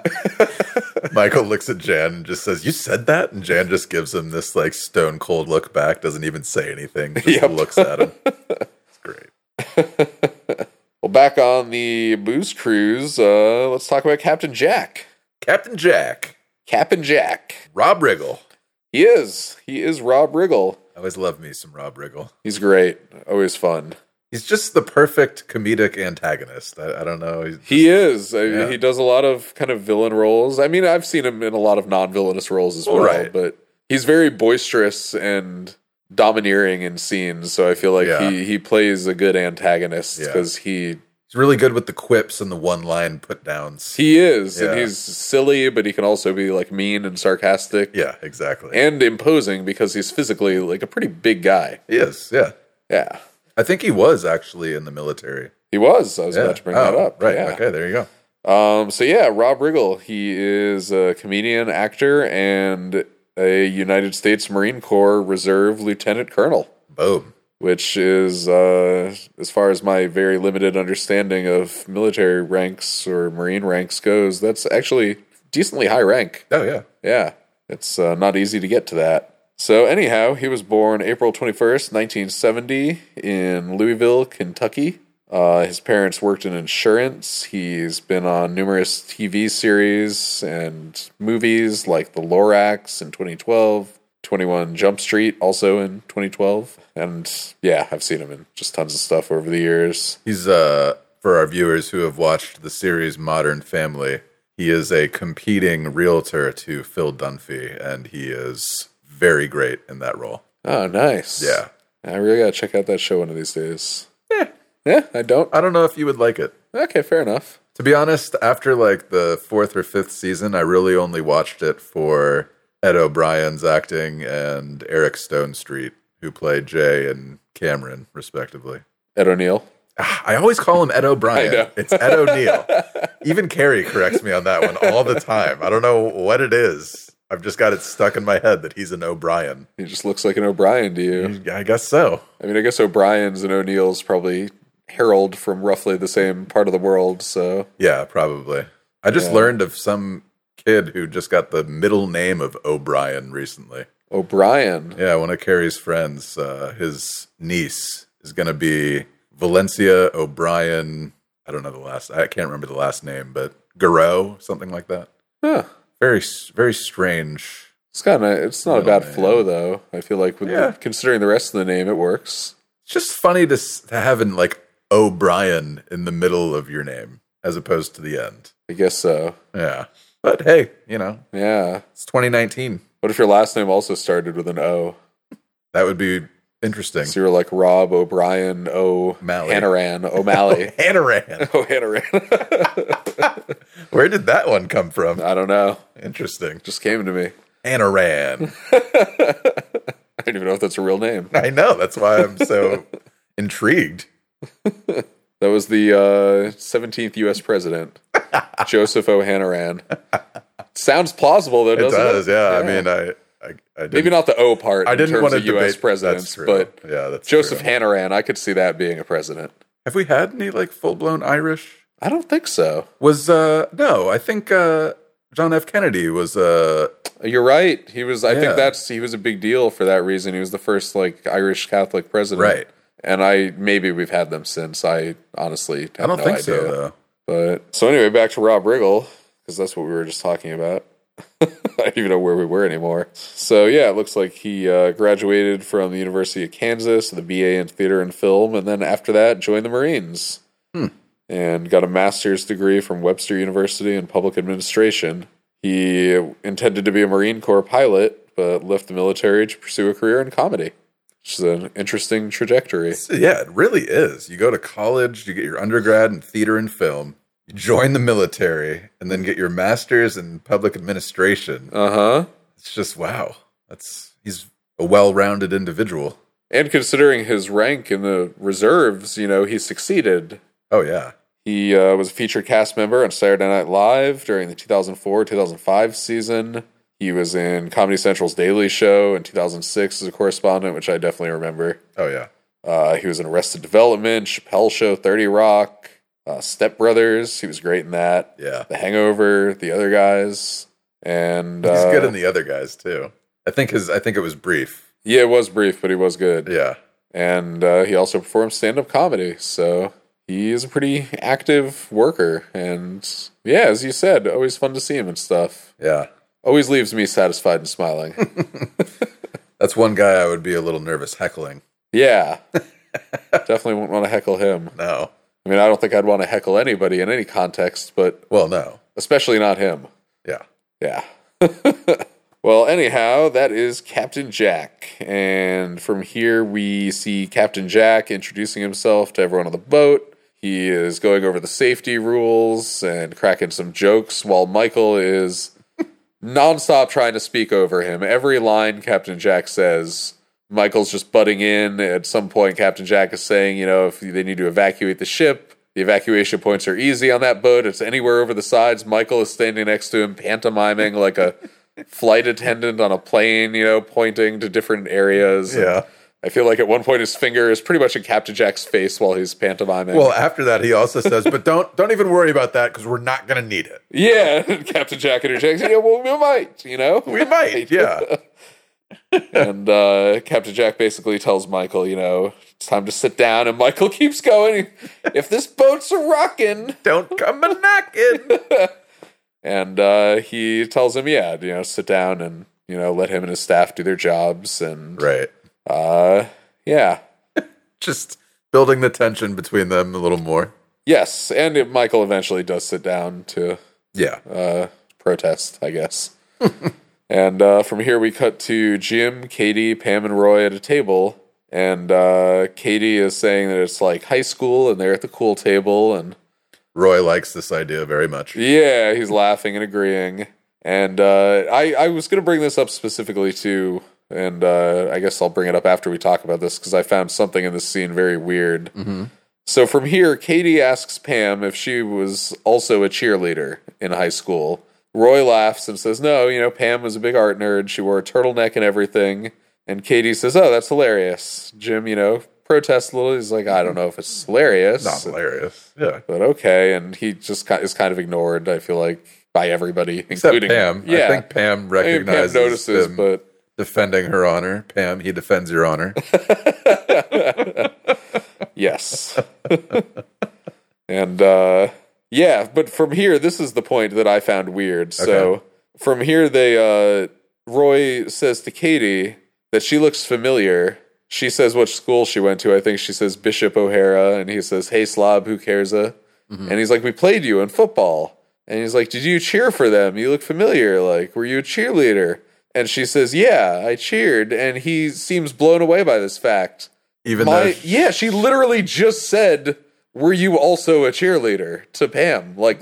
Michael looks at Jan and just says, "You said that," and Jan just gives him this like stone cold look back, doesn't even say anything, just
Yep.
looks at him.
Well, back on the booze cruise, uh, let's talk about Captain Jack.
Captain Jack,
Captain Jack.
Rob Riggle.
He is. He is Rob Riggle.
I always love me some Rob Riggle.
He's great. Always fun.
He's just the perfect comedic antagonist. I, I don't know. He's,
He is. I,
Yeah.
He does a lot of kind of villain roles. I mean, I've seen him in a lot of non-villainous roles as
All
well,
right.
but he's very boisterous and domineering in scenes. So I feel like
Yeah.
he he plays a good antagonist
Yeah.
because he
he's really good with the quips and the one line put downs.
he is, and
Yeah.
he's silly, but he can also be like mean and sarcastic
Yeah, exactly.
and imposing because he's physically like a pretty big guy.
He is. Yeah,
Yeah,
I think he was actually in the military.
he was. I was
yeah.
about to bring
Oh,
that up.
Right.
Yeah.
Okay. There you go.
Um, so yeah, Rob Riggle. He is a comedian, actor, and a United States Marine Corps Reserve Lieutenant Colonel,
Boom.
which is, uh, as far as my very limited understanding of military ranks or Marine ranks goes, that's actually decently high rank.
Oh yeah.
Yeah, it's uh, not easy to get to that. So anyhow, he was born April twenty first, nineteen seventy, in Louisville, Kentucky. Uh, his parents worked in insurance. He's been on numerous TV series and movies like The Lorax in 2012, 21 Jump Street also in 2012. And yeah, I've seen him in just tons of stuff over the years.
He's uh for our viewers who have watched the series Modern Family, he is a competing realtor to Phil Dunphy, and he is very great in that role.
Oh, nice.
Yeah.
I really got to check out that show one of these days. Yeah. Yeah, I don't.
I don't know if you would like it.
Okay, fair enough.
To be honest, after like the fourth or fifth season, I really only watched it for Ed O'Brien's acting and Eric Stonestreet, who played Jay and Cameron, respectively.
Ed O'Neill.
Ah, I always call him Ed
I know.
O'Brien. It's Ed O'Neill. Even Carrie corrects me on that one all the time. I don't know what it is. I've just got it stuck in my head that he's an O'Brien.
He just looks like an O'Brien to you.
I guess so.
I mean, I guess O'Brien's and O'Neill's probably herald from roughly the same part of the world, so
Yeah, probably. I just
Yeah.
learned of some kid who just got the middle name of O'Brien recently.
O'Brien.
Yeah, one of Carrie's friends, uh, his niece is going to be Valencia O'Brien. I don't know the last. I can't remember the last name, but Garreau, something like that.
Huh.
Very, s- very strange
It's got a, it's not a bad flow though. I feel like with
Yeah.
the, considering the rest of the name, it works.
It's just funny to, s- to having like O'Brien in the middle of your name as opposed to the end.
I guess so.
Yeah. But hey, you know,
Yeah,
it's 2019.
What if your last name also started with an O?
That would be interesting.
So you're like Rob O'Brien O Hanaran O'Malley
Hanaran.
O Hanaran.
Where did that one come from?
I don't know.
Interesting.
Just came to me.
Hanaran.
I don't even know if that's a real name.
I know. That's why I'm so intrigued.
That was the uh, 17th U.S. president, Joseph O. Hanaran. Sounds plausible, though,
It
doesn't it?
does. Yeah. I mean, I, I, I didn't,
maybe not the O part.
I
in
didn't
terms
wanna
of U.S.
debate- that's
presidents,
true.
but
Yeah, that's
Joseph
true.
Hanaran, I could see that being a president.
Have we had any like full blown Irish?
I don't think so.
Was uh no, I think uh John F. Kennedy was uh
You're right. He was. I
Yeah.
think that's he was a big deal for that reason. He was the first like Irish Catholic president,
Right.
And I maybe we've had them since. I honestly have
I don't
no
think
idea.
so though.
But so anyway, back to Rob Riggle because that's what we were just talking about. I don't even know where we were anymore. So yeah, it looks like he uh, graduated from the University of Kansas with a BA in theater and film, and then after that joined the Marines
Hmm.
and got a master's degree from Webster University in public administration. He intended to be a Marine Corps pilot, but left the military to pursue a career in comedy, which is an interesting trajectory.
Yeah, it really is. You go to college, you get your undergrad in theater and film, you join the military, and then get your master's in public administration.
Uh huh.
It's just wow. That's he's a well rounded individual.
And considering his rank in the reserves, you know, he succeeded.
Oh yeah.
He uh, was a featured cast member on Saturday Night Live during the 2004 2005 season. He was in Comedy Central's Daily Show in 2006 as a correspondent, which I definitely remember.
Oh yeah.
Uh, he was in Arrested Development, Chappelle Show, 30 Rock, uh, Step Brothers. He was great in that.
Yeah.
The Hangover, The Other Guys. And
He's
uh,
good in the other guys too. I think his I think it was brief.
Yeah, it was brief, but he was good.
Yeah.
and uh, he also performs stand-up comedy. So he is a pretty active worker, and yeah, as you said, always fun to see him and stuff.
Yeah.
Always leaves me satisfied and smiling.
That's one guy I would be a little nervous heckling.
yeah, definitely wouldn't want to heckle him.
No.
I mean, I don't think I'd want to heckle anybody in any context, but
Well, no.
especially not him.
Yeah.
Yeah. well, anyhow, that is Captain Jack. And from here, we see Captain Jack introducing himself to everyone on the boat. He is going over the safety rules and cracking some jokes while Michael is nonstop trying to speak over him. Every line Captain Jack says, Michael's just butting in. At some point, Captain Jack is saying, you know, if they need to evacuate the ship, the evacuation points are easy on that boat. It's anywhere over the sides. Michael is standing next to him, pantomiming like a flight attendant on a plane, you know, pointing to different areas. And
Yeah.
I feel like at one point his finger is pretty much in Captain Jack's face while he's pantomiming.
Well, after that he also says, "But don't don't even worry about that cuz we're not going to need it."
yeah, Captain Jack interjects. Yeah, well, we might, you know,
We might. Yeah.
and uh, Captain Jack basically tells Michael, you know, it's time to sit down. And Michael keeps going. If this boat's a rockin',
don't come a knocking.
and uh, he tells him, yeah, you know, sit down and you know let him and his staff do their jobs. And
Right.
uh, yeah,
Just building the tension between them a little more.
yes. And it, Michael eventually does sit down to
Yeah.
uh, protest, I guess. and uh, from here, we cut to Jim, Katie, Pam, and Roy at a table. And uh, Katie is saying that it's like high school and they're at the cool table. And
Roy likes this idea very much.
yeah, he's laughing and agreeing. And uh, I, I was going to bring this up specifically too. And uh, I guess I'll bring it up after we talk about this because I found something in this scene very weird.
Mm-hmm.
So from here, Katie asks Pam if she was also a cheerleader in high school. Roy laughs and says, No, you know, Pam was a big art nerd. She wore a turtleneck and everything. And Katie says, Oh, that's hilarious. Jim, you know, protests a little. He's like, I don't know if it's hilarious.
Not hilarious. Yeah.
But okay. And he just ki- is kind of ignored, I feel like, by everybody,
Except
including
Pam.
Yeah.
I think Pam
I mean,
recognizes
Pam notices,
him
but
defending her honor. Pam, he defends your honor.
Yes. and uh yeah, but from here this is the point that I found weird. So
Okay.
from here they uh Roy says to Katie that she looks familiar. She says what school she went to. I think she says Bishop O'Hara, and he says, "Hey slob, who cares?" uh?" And he's like, "We played you in football." And he's like, "Did you cheer for them? You look familiar. Like, were you a cheerleader?" And she says, "Yeah, I cheered." And he seems blown away by this fact.
Even
My-
though
yeah, she literally just said, "Were you also a cheerleader?" to Pam, like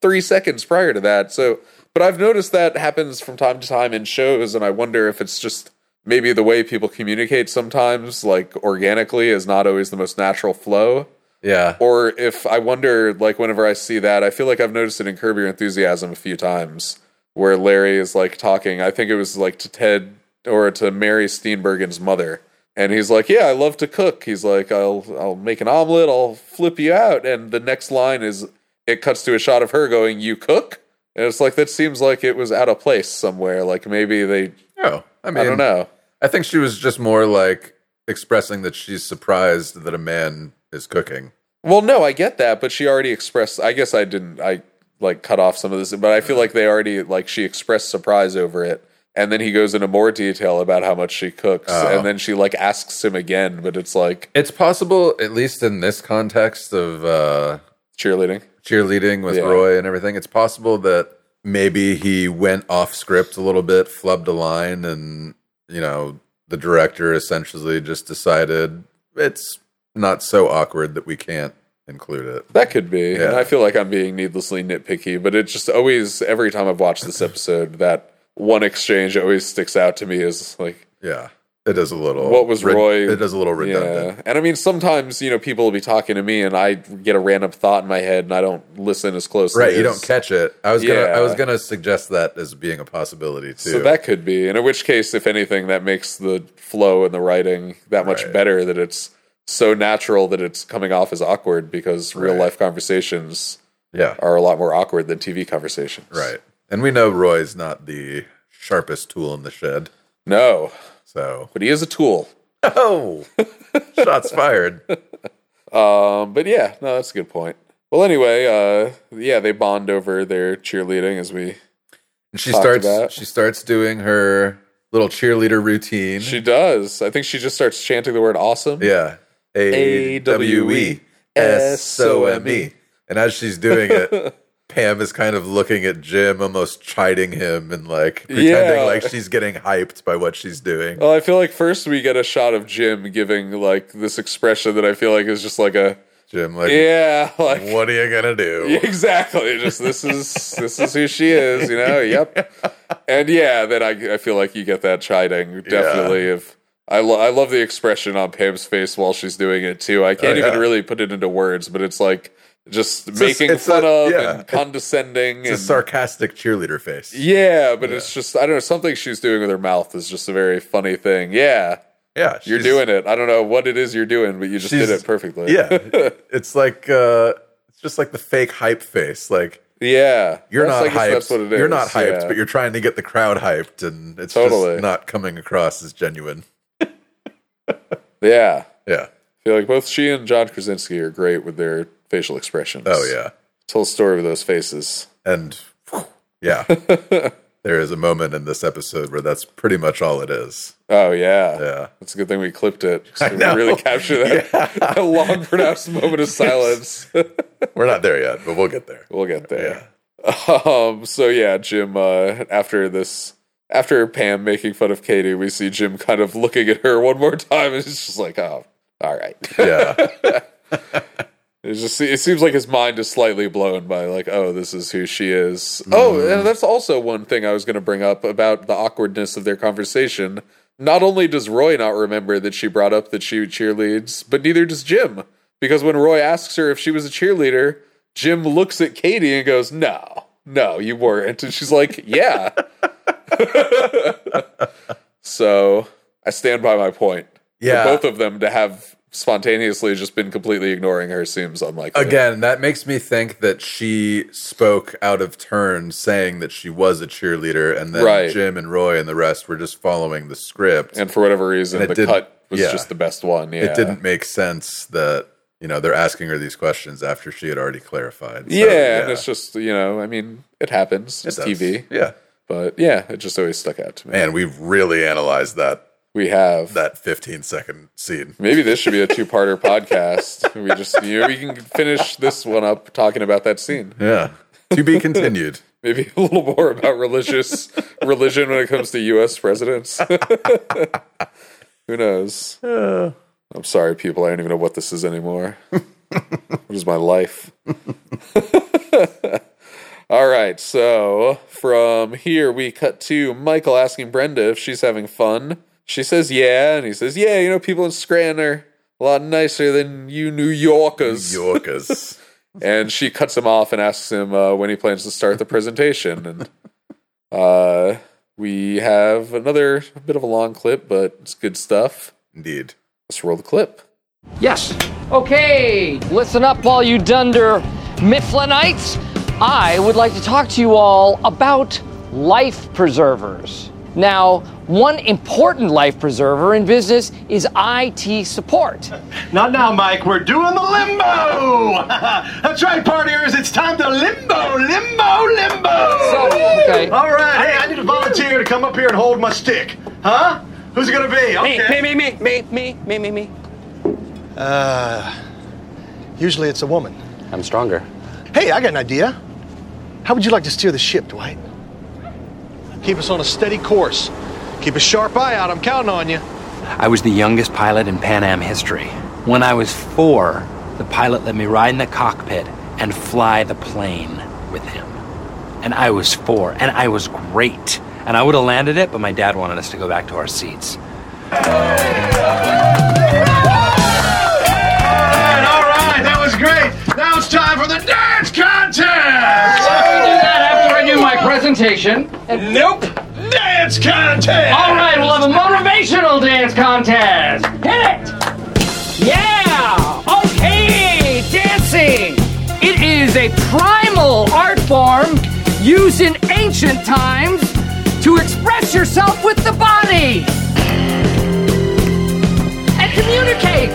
three seconds prior to that. So, but I've noticed that happens from time to time in shows, and I wonder if it's just maybe the way people communicate sometimes, like organically, is not always the most natural flow.
Yeah.
Or if I wonder, like, whenever I see that, I feel like I've noticed it in Curb Your Enthusiasm a few times where Larry is like talking. I think it was like to Ted or to Mary Steenburgen's mother. And he's like, "Yeah, I love to cook." He's like, "I'll I'll make an omelet. I'll flip you out." And the next line is, it cuts to a shot of her going, "You cook," and it's like that seems like it was out of place somewhere. Like maybe they,
oh, I mean,
I don't know.
I think she was just more like expressing that she's surprised that a man is cooking.
Well, no, I get that, but she already expressed. I guess I didn't. I like cut off some of this, but I feel like they already like she expressed surprise over it, and then he goes into more detail about how much she cooks,
Oh.
and then she like asks him again, but it's like
It's possible, at least in this context of uh,
cheerleading,
cheerleading with
Yeah.
Roy and everything, it's possible that maybe he went off script a little bit, flubbed a line, and you know the director essentially just decided it's not so awkward that we can't include it.
that could be. And
Yeah.
I feel like I'm being needlessly nitpicky, but it just always every time I've watched this episode, that one exchange always sticks out to me as like.
Yeah, it is a little.
what was
red-
Roy?
It is a little redundant.
Yeah. And I mean, sometimes you know people will be talking to me, and I get a random thought in my head, and I don't listen as closely.
Right, you
as-
don't catch it. I was gonna, I was
Yeah.
gonna suggest that as being a possibility too.
So that could be, and in which case, if anything, that makes the flow and the writing that much
Right.
better. That it's so natural that it's coming off as awkward because real life conversations,
Yeah.
are a lot more awkward than TV conversations.
right, and we know Roy's not the sharpest tool in the shed.
No,
So,
but he is a tool.
Oh, shots fired.
Um, but yeah, no, that's a good point. Well, anyway, uh, yeah, they bond over their cheerleading as we.
And she
talked
starts.
about.
She starts doing her little cheerleader routine.
She does. I think she just starts chanting the word awesome.
yeah, A W E S O M E. And as she's doing it, Pam is kind of looking at Jim, almost chiding him, and like pretending
Yeah.
like she's getting hyped by what she's doing.
Well, I feel like first we get a shot of Jim giving like this expression that I feel like is just like a
Jim, like,
yeah, like
what are you gonna do?
Yeah, exactly. Just this is this is who she is, you know. Yep. And yeah, then I I feel like you get that chiding definitely. If I lo- I love the expression on Pam's face while she's doing it too. I can't
Oh,
even
yeah.
really put it into words, but it's like just
It's a-
making
it's
fun
a-
of
yeah.
and condescending.
It's a
and,
sarcastic cheerleader face.
yeah, but it's just I don't know something she's doing with her mouth is just a very funny thing. Yeah.
Yeah,
You're
she's-
doing it. I don't know what it is you're doing, but you just did
She's-
it perfectly.
Yeah, it's like uh, it's just like the fake hype face. Like
Yeah.
you're
That's- I
not
guess
hyped.
That's what it is.
You're not hyped,
yeah.
but you're trying to get the crowd hyped, and it's
Totally.
just not coming across as genuine.
Yeah.
Yeah.
I feel like both she and John Krasinski are great with their facial expressions.
Oh yeah,
Tell a story with those faces.
and whew, yeah, there is a moment in this episode where that's pretty much all it is.
Oh yeah.
Yeah.
It's a good thing we clipped it.
I
So we
know.
really capture that, that long pronounced moment of silence.
We're not there yet, but we'll get there.
We'll get there. Um, so yeah, Jim. Uh, after this, after Pam making fun of Katie, we see Jim kind of looking at her one more time, and it's just like, oh, all right.
Yeah.
It's just it seems like his mind is slightly blown by like, oh, this is who she is. Oh, and that's also one thing I was going to bring up about the awkwardness of their conversation. Not only does Roy not remember that she brought up that she cheerleads, but neither does Jim. Because when Roy asks her if she was a cheerleader, Jim looks at Katie and goes, "No, no, you weren't." And she's like, "Yeah." so I stand by my point. For
Yeah.
both of them to have spontaneously just been completely ignoring her seems unlikely.
Again, that makes me think that she spoke out of turn, saying that she was a cheerleader, and then
Right.
Jim and Roy and the rest were just following the script.
and for whatever reason,
And
the
it didn't-
cut was
yeah.
just the best one. Yeah,
It didn't make sense that you know they're asking her these questions after she had already clarified. So,
yeah, and it's just you know, I mean, it happens. It's
does.
TV.
Yeah,
But yeah, it just always stuck out to me.
Man, we've really analyzed that.
We have
that 15 second scene.
Maybe this should be a two parter podcast. We just you know, we can finish this one up talking about that scene.
Yeah. To be continued.
Maybe a little more about religious religion when it comes to US presidents. Who knows?
Yeah.
I'm sorry, people. I don't even know what this is anymore. what is my life? All right, so from here we cut to Michael asking Brenda if she's having fun. She says, "Yeah," and he says, "Yeah, you know, people in Scranton are a lot nicer than you New Yorkers."
New Yorkers.
and she cuts him off and asks him uh, when he plans to start the presentation. And uh, we have another bit of a long clip, but it's good stuff.
Indeed.
Let's roll the clip.
Yes.
Okay, listen up, all you Dunder Mifflinites. I would like to talk to you all about life preservers. Now, one important life preserver in business is IT support.
Not now, Mike. We're doing the limbo. That's right, partiers. It's time to limbo, limbo, limbo.
So, okay.
All right. Hey, I need a volunteer to come up here and hold my stick. Huh? Who's it gonna be? Okay.
Me, me, me, me, me, me, me, me.
Uh, usually it's a woman.
I'm stronger.
Hey, I got an idea. How would you like to steer the ship, Dwight? Keep us on a steady course. Keep a sharp eye out. I'm counting on you.
I was the youngest pilot in Pan Am history. When I was four, the pilot let me ride in the cockpit and fly the plane with him. And I was four, and I was great. And I would have landed it, but my dad wanted us to go back to our seats.
All right, all right. That was great. Now it's time for the dance contest.
After I do my presentation, and nope.
Dance contest.
All right, we'll have a motivational dance contest. Hit it! Yeah! Okay, dancing. It is a primal art form used in ancient times to express yourself with the body and communicate.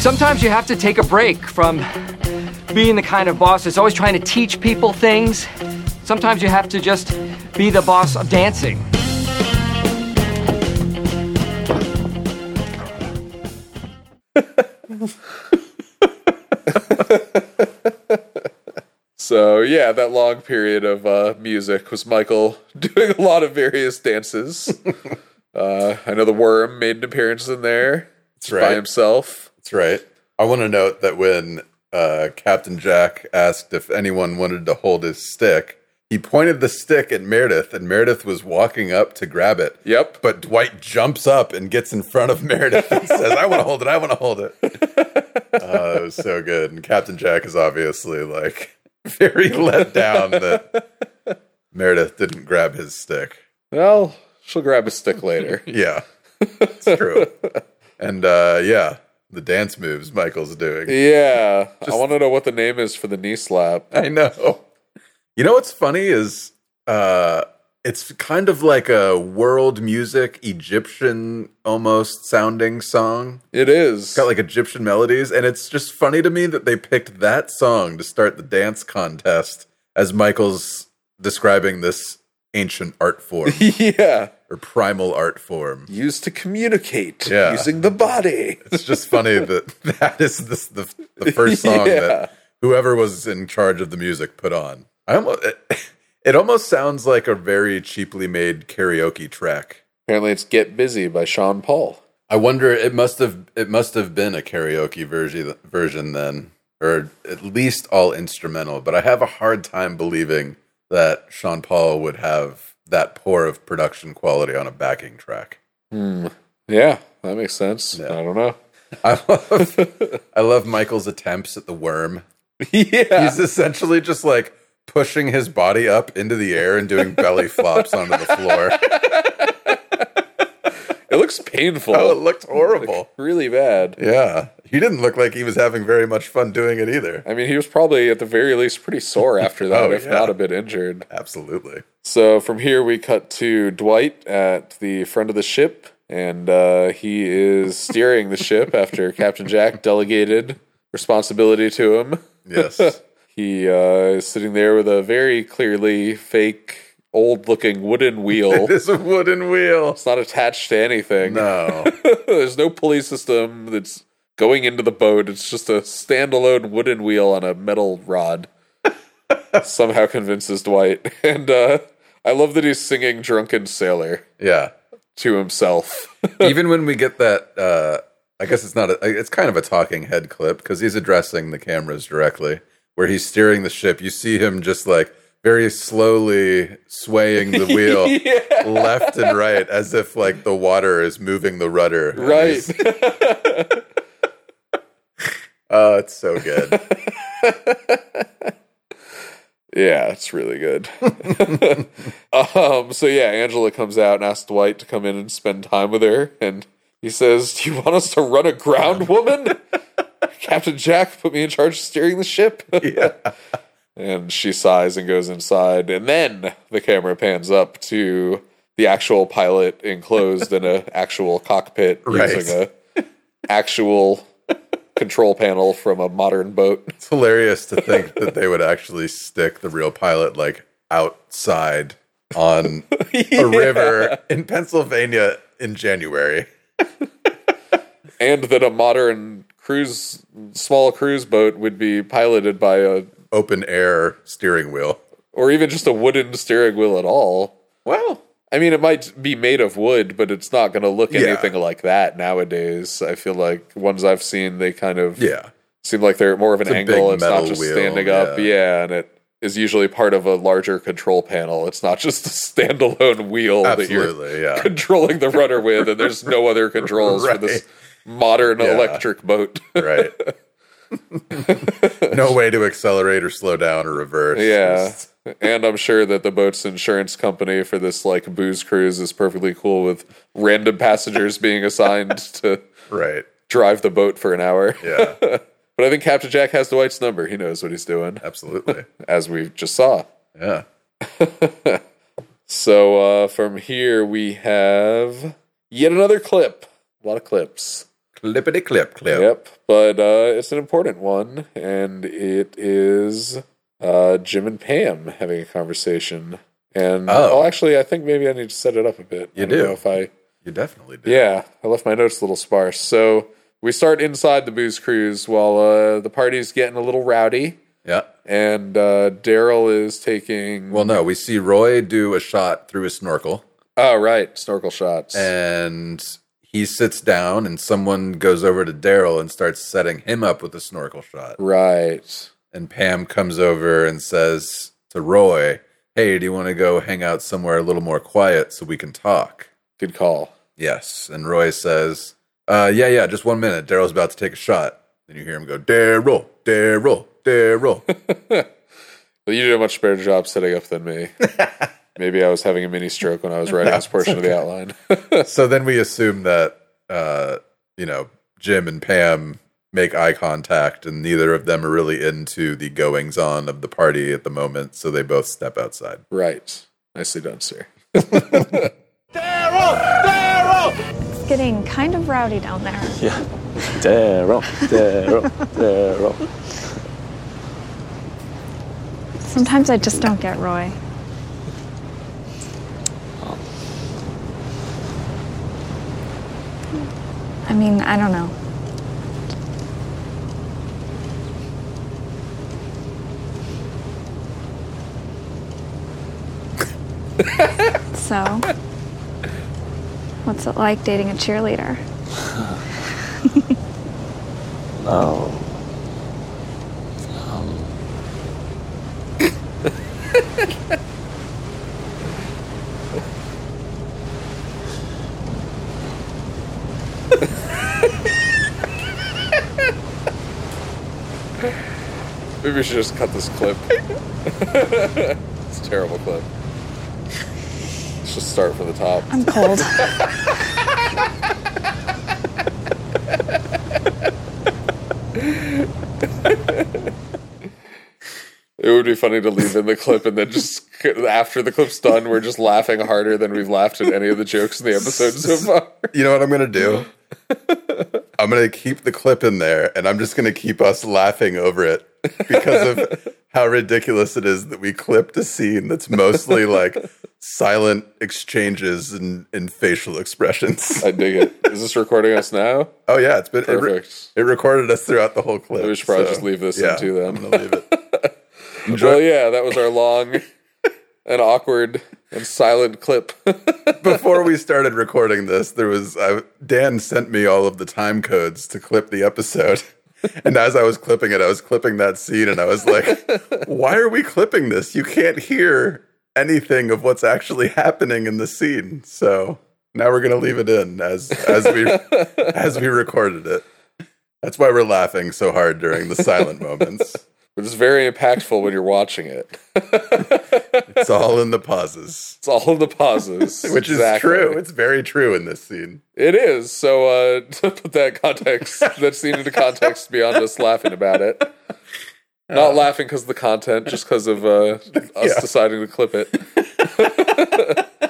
Sometimes you have to take a break from being the kind of boss that's always trying to teach people things. Sometimes you have to just be the boss of dancing.
So yeah, that long period of uh, music was Michael doing a lot of various dances. uh, I know the worm made an appearance in there.
That's
By
right.
himself.
That's right. I want to note that when uh, Captain Jack asked if anyone wanted to hold his stick, he pointed the stick at Meredith, and Meredith was walking up to grab it.
Yep.
But Dwight jumps up and gets in front of Meredith and says, I want to hold it. I want to hold it. Uh, it was so good. And Captain Jack is obviously like very let down that Meredith didn't grab his stick.
Well, she'll grab a stick later.
Yeah. It's true. and uh, yeah, the dance moves Michael's doing.
yeah, I want to know what the name is for the knee slap.
I know. You know what's funny is uh it's kind of like a world music Egyptian almost sounding song.
It is.
got like Egyptian melodies and it's just funny to me that they picked that song to start the dance contest as Michael's describing this ancient art form
yeah,
or primal art form.
used to communicate
Yeah.
using the body.
It's just funny that that is this, the the first song
Yeah.
that whoever was in charge of the music put on. I almost it, it almost sounds like a very cheaply made karaoke track.
Apparently, it's "Get Busy" by Sean Paul.
I wonder it must have it must have been a karaoke version version then, or at least all instrumental. But I have a hard time believing that Sean Paul would have that poor of production quality on a backing track.
Hmm. Yeah, that makes sense. I don't know.
I love, I love Michael's attempts at the worm.
yeah,
He's essentially just like pushing his body up into the air and doing belly flops onto the floor.
it looks painful.
Oh, it looked horrible.
really bad.
Yeah. He didn't look like he was having very much fun doing it either.
I mean, he was probably at the very least pretty sore after that,
Oh,
if
yeah.
not a bit injured.
Absolutely.
So from here, we cut to Dwight at the front of the ship and uh, he is steering the ship after Captain Jack delegated responsibility to him.
Yes.
he uh, is sitting there with a very clearly fake, old looking wooden wheel.
It is a wooden wheel.
It's not attached to anything.
No.
There's no pulley system that's going into the boat. It's just a standalone wooden wheel on a metal rod. Somehow convinces Dwight. And uh, I love that he's singing Drunken Sailor
Yeah.
to himself.
Even when we get that, uh, I guess it's not. A, it's kind of a talking head clip because he's addressing the cameras directly, where he's steering the ship. You see him just like very slowly swaying the wheel
Yeah.
left and right, as if like the water is moving the rudder. And
Right.
he's- Oh, it's so good.
Yeah, it's really good. um, so yeah, Angela comes out and asks Dwight to come in and spend time with her, and he says, "Do you want us to run aground, woman?" Captain Jack put me in charge of steering the ship.
yeah.
And she sighs and goes inside, and then the camera pans up to the actual pilot enclosed in a actual cockpit
Right.
using a actual control panel from a modern boat.
It's hilarious to think that they would actually stick the real pilot like outside on a river in Pennsylvania in January.
and that a modern cruise small cruise boat would be piloted by a
Open air steering wheel.
or even just a wooden steering wheel at all
Well,
i mean it might be made of wood but it's not going to look
Yeah.
anything like that nowadays i feel like ones i've seen they kind of
yeah.
seem like they're at more of an
It's a
angle
big
it's not
metal
just
wheel,
standing up
yeah.
yeah and it is usually part of a larger control panel it's not just a standalone wheel that
Absolutely,
you're
yeah.
controlling the rudder with and there's no other controls for this modern
Yeah.
electric boat
Right. no way to accelerate or slow down or reverse.
Yeah.
Just-
and I'm sure that the boat's insurance company for this like booze cruise is perfectly cool with random passengers being assigned to
right.
drive the boat for an hour.
Yeah.
But I think Captain Jack has Dwight's number. He knows what he's doing,
Absolutely.
as we just saw.
Yeah.
So uh, from here we have yet another clip. A lot of clips.
Clippity clip clip.
Yep. But uh, it's an important one, and it is uh, Jim and Pam having a conversation. And
Oh.
oh, actually, I think maybe I need to set it up a bit.
You
I don't
do.
know if I
You definitely do.
yeah, I left my notes a little sparse. So we start inside the booze cruise while uh, the party's getting a little rowdy,
Yeah.
and uh, Daryl is taking.
Well, no, we see Roy do a shot through his snorkel.
oh right, snorkel shots.
and he sits down and someone goes over to daryl and starts setting him up with a snorkel shot
right.
and pam comes over and says to roy hey do you want to go hang out somewhere a little more quiet so we can talk
Good call.
yes and roy says uh, yeah yeah just one minute daryl's about to take a shot then you hear him go daryl daryl daryl
Well, you did a much better job setting up than me. Maybe I was having a mini stroke when I was writing this portion of the outline.
so then we assume that uh, you know Jim and Pam make eye contact, and neither of them are really into the goings on of the party at the moment. So they both step outside.
right. Nicely done, sir.
It's getting kind of rowdy down there.
Yeah. Daryl, Daryl, Daryl.
Sometimes I just don't get Roy. I mean, I don't know. so, what's it like dating a cheerleader?
Oh.
Maybe we should just cut this clip. it's a terrible clip. Let's just start from the top.
I'm cold.
It would be funny to leave in the clip and then just after the clip's done, we're just laughing harder than we've laughed at any of the jokes in the episode so far.
You know what I'm gonna do? I'm gonna keep the clip in there, and I'm just gonna keep us laughing over it because of how ridiculous it is that we clipped a scene that's mostly like silent exchanges and, and facial expressions.
I dig it. Is this recording us now?
Oh yeah, it's been it re-
Perfect.
It, recorded us throughout the whole clip.
We should probably
so,
just leave this
yeah,
in too then.
I'm gonna leave it.
Well, Oh, yeah, that was our long and awkward and silent clip.
Before we started recording this, there was I, Dan sent me all of the time codes to clip the episode. And as I was clipping it, I was clipping that scene and I was like, why are we clipping this? You can't hear anything of what's actually happening in the scene. So now we're going to leave it in as as we as we recorded it. That's why we're laughing so hard during the silent moments.
But it's very impactful when you're watching it.
It's all in the pauses.
It's all the pauses.
Which is
Exactly.
true. It's very true in this scene.
It is. So uh, to put that context, that scene into context beyond us laughing about it. Not laughing because of the content, just because of uh, us
Uh. Yeah.
deciding to clip it. but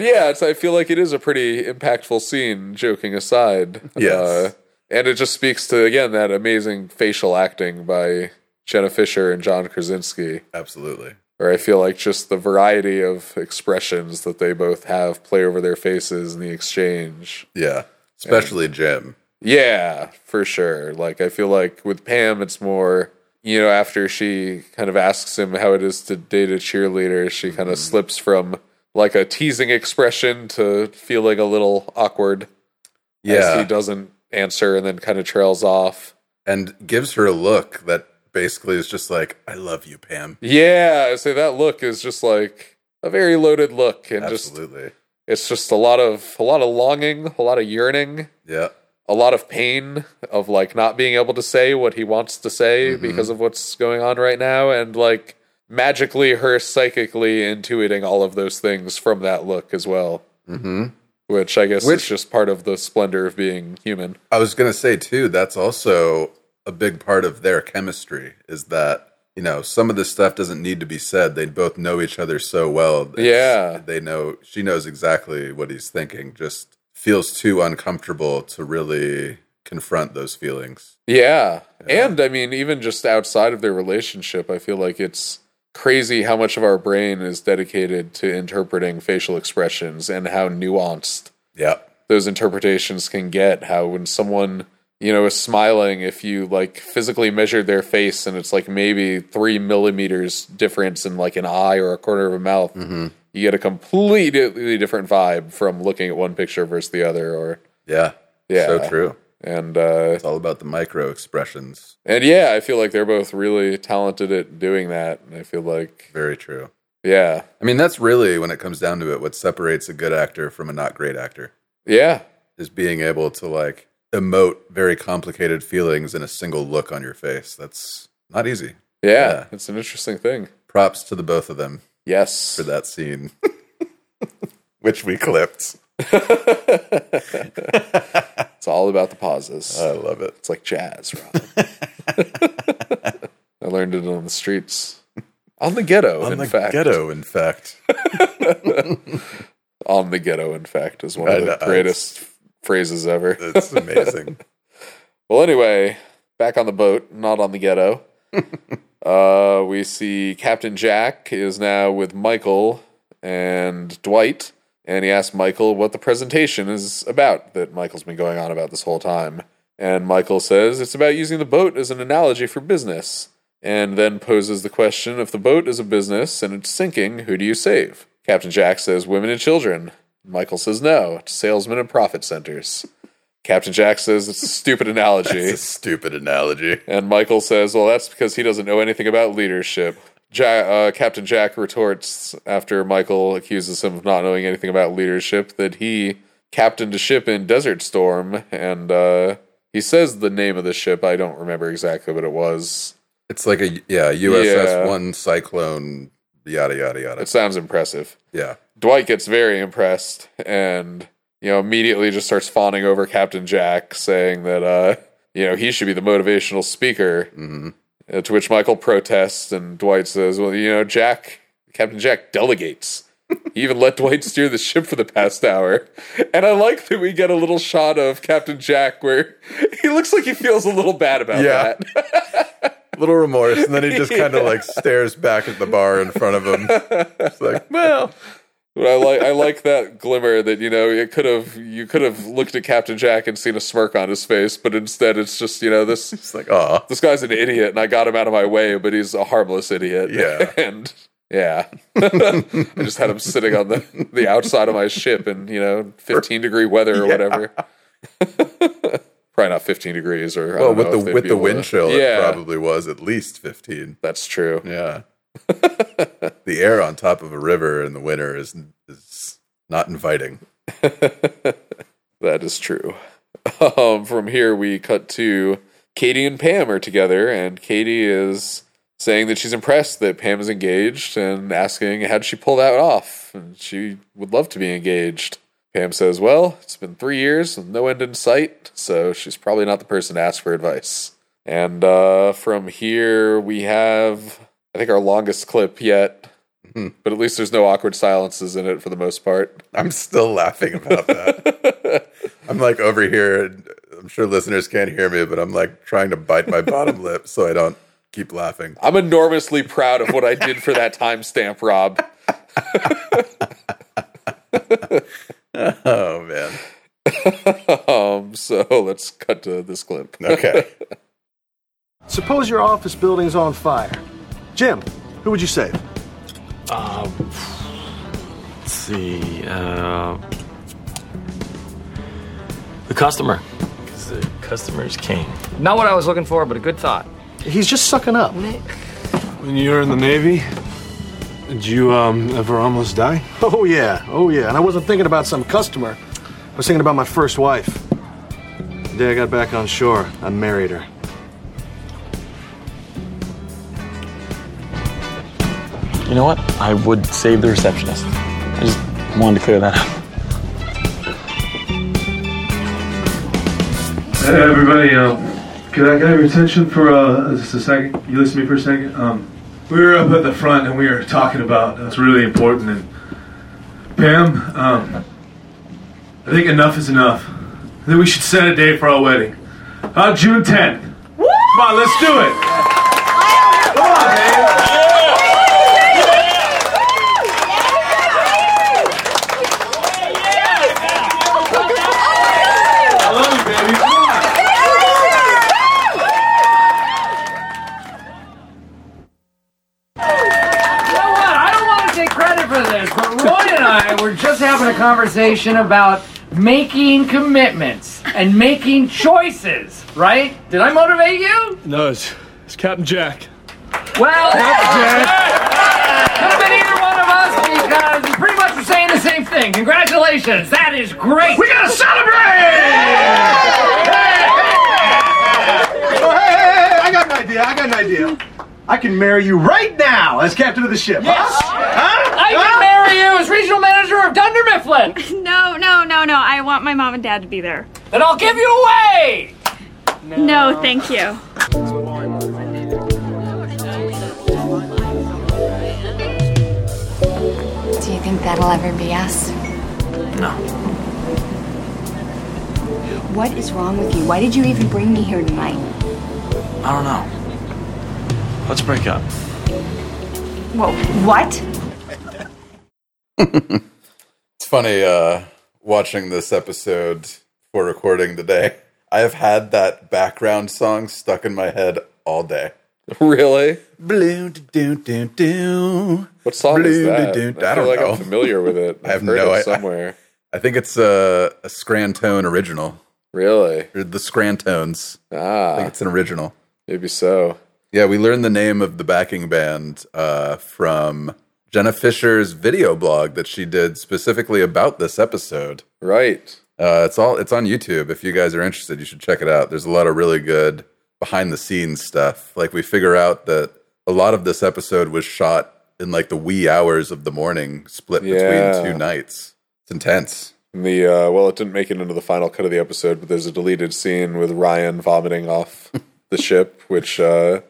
yeah, it's, I feel like it is a pretty impactful scene, joking aside. Uh,
Yes.
and it just speaks to, again, that amazing facial acting by Jenna Fisher and John Krasinski.
Absolutely.
Or I feel like just the variety of expressions that they both have play over their faces in the exchange.
Yeah. Especially Jim.
Yeah, for sure. Like I feel like with Pam it's more you know, after she kind of asks him how it is to date a cheerleader, she kind of slips from like a teasing expression to feeling a little awkward.
Yeah.
As he doesn't answer and then kind of trails off.
And gives her a look that basically is just like, I love you, Pam.
Yeah, so that look is just like a very loaded look and just
Absolutely.
it's just a lot of a lot of longing, a lot of yearning.
yeah.
a lot of pain of like not being able to say what he wants to say
Mm-hmm.
because of what's going on right now and like magically her psychically intuiting all of those things from that look as well
Mm-hmm.
which i guess
Which-
is just part of the splendor of being human
I was gonna say too, that's also a big part of their chemistry is that, you know, some of this stuff doesn't need to be said. They both know each other so well. It's-
Yeah.
They know she knows exactly what he's thinking, just feels too uncomfortable to really confront those feelings.
yeah. and i mean even just outside of their relationship i feel like it's crazy how much of our brain is dedicated to interpreting facial expressions and how nuanced
Yeah.
those interpretations can get how when someone you know is smiling if you like physically measured their face and it's like maybe three millimeters difference in like an eye or a corner of a mouth
Mm-hmm.
you get a completely different vibe from looking at one picture versus the other or
Yeah.
Yeah.
So true.
and uh
It's all about the micro expressions.
and yeah i feel like they're both really talented at doing that and i feel like
Very true.
yeah
I mean, that's really when it comes down to it, what separates a good actor from a not great actor
yeah
is being able to like emote very complicated feelings in a single look on your face. That's not easy.
yeah,
Yeah.
it's an interesting thing
Props to the both of them
yes
for that scene, which we clipped.
it's all about the pauses
I love it.
It's like jazz, Rob. I learned it on the streets. On the ghetto,
On
in
the
fact.
ghetto, in fact.
On the ghetto, in fact, is one of
I know,
the
it's-
greatest phrases ever.
It's amazing.
Well, anyway, back on the boat, not on the ghetto. uh, we see Captain Jack is now with Michael and Dwight, and he asks Michael what the presentation is about that Michael's been going on about this whole time. And Michael says it's about using the boat as an analogy for business, and then poses the question if the boat is a business and it's sinking, who do you save? Captain Jack says women and children. Michael says no, it's salesmen and profit centers. Captain Jack says it's a stupid analogy.
It's a stupid analogy.
And Michael says, "Well, that's because he doesn't know anything about leadership." Ja- uh, Captain Jack retorts after Michael accuses him of not knowing anything about leadership that he captained a ship in Desert Storm, and uh, he says the name of the ship. I don't remember exactly what it was.
It's like a yeah USS
Yeah.
one cyclone yada yada yada.
It sounds impressive.
Yeah,
Dwight gets very impressed and you know immediately just starts fawning over Captain Jack saying that uh you know he should be the motivational speaker. Mm-hmm. Uh, to which Michael protests, and Dwight says, Well, you know, Jack, Captain Jack delegates. He even let Dwight steer the ship for the past hour. And I like that we get a little shot of Captain Jack where he looks like he feels a little bad about
Yeah.
that.
little remorse, and then he just kind of like stares back at the bar in front of him. It's like,
well, But I like I like that glimmer that you know it could have you could have looked at Captain Jack and seen a smirk on his face, but instead it's just you know this
like oh
this guy's an idiot and I got him out of my way, but he's a harmless idiot.
Yeah.
and yeah, I just had him sitting on the the outside of my ship in you know fifteen degree weather or
Yeah.
whatever. Probably not fifteen degrees or I
well,
don't
with
know
the
if they'd
with
be
the
able
wind
to-
chill,
yeah,
it probably was at least fifteen.
That's true.
Yeah, the air on top of a river in the winter is is not inviting.
That is true. Um, from here, we cut to Katie and Pam are together, and Katie is saying that she's impressed that Pam is engaged and asking how'd she pull that off. And she would love to be engaged. Pam says, Well, it's been three years with no end in sight, so she's probably not the person to ask for advice. And uh, from here, we have, I think, our longest clip yet, but at least there's no awkward silences in it for the most part.
I'm still laughing about that. I'm like over here. and I'm sure listeners can't hear me, but I'm like trying to bite my bottom lip so I don't keep laughing.
I'm enormously proud of what I did for that timestamp, Rob.
oh man.
um, so let's cut to this clip.
Okay.
Suppose your office building's on fire. Jim, who would you save?
Uh, let's see. Uh, the customer. Because the customer's king.
Not what I was looking for, but a good thought.
He's just sucking up.
When you were in the Navy, did you um, ever almost die?
Oh, yeah. Oh, yeah. And I wasn't thinking about some customer. I was thinking about my first wife. The day I got back on shore, I married her.
You know what? I would save the receptionist. I just wanted to clear that up.
Hey everybody, um, could I get your attention for uh, just a second? You listen to me for a second? Um, we were up at the front and we were talking about that's really important. And Pam, um, I think enough is enough. I think we should set a date for our wedding. Uh, June 10th. Come on, let's do it. Come on, man. I love you, baby. Come on.
You know what? I don't want to take credit for this, but Roy and I were just having a conversation about making commitments and making choices, right? Did I motivate you?
No, it's, it's Captain Jack.
Well, could have been either one of us because you pretty much were saying the same thing. Congratulations, that is great. We gotta
Oh, hey, hey, hey, hey, I got an idea. I got an idea. I can marry you right now as captain of the ship.
I can marry you as regional manager of Dunder Mifflin.
No, no, no, no. I want my mom and dad to be there.
Then I'll give you away.
No, thank you.
Do you think that'll ever be us?
No.
What is wrong with you? Why did you even bring me here tonight?
I don't know. Let's break up.
Whoa, what?
It's funny uh, watching this episode for recording today. I have had that background song stuck in my head all day.
Really?
Blue do do do.
What song is that?
I,
I
don't
feel like I'm
know.
familiar with it.
I have
I've heard
no
it
idea.
somewhere.
I think it's a, a Scrantone original.
Really?
Or the Scrantones.
Ah.
I think it's an original.
Maybe so.
Yeah, we learned the name of the backing band uh, from Jenna Fisher's video blog that she did specifically about this episode.
Right.
Uh, it's all it's on YouTube. If you guys are interested, you should check it out. There's a lot of really good behind the scenes stuff. Like we figure out that a lot of this episode was shot in like the wee hours of the morning, split
Yeah.
between two nights. It's intense.
And the uh, well, it didn't make it into the final cut of the episode, but there's a deleted scene with Ryan vomiting off the ship, which uh,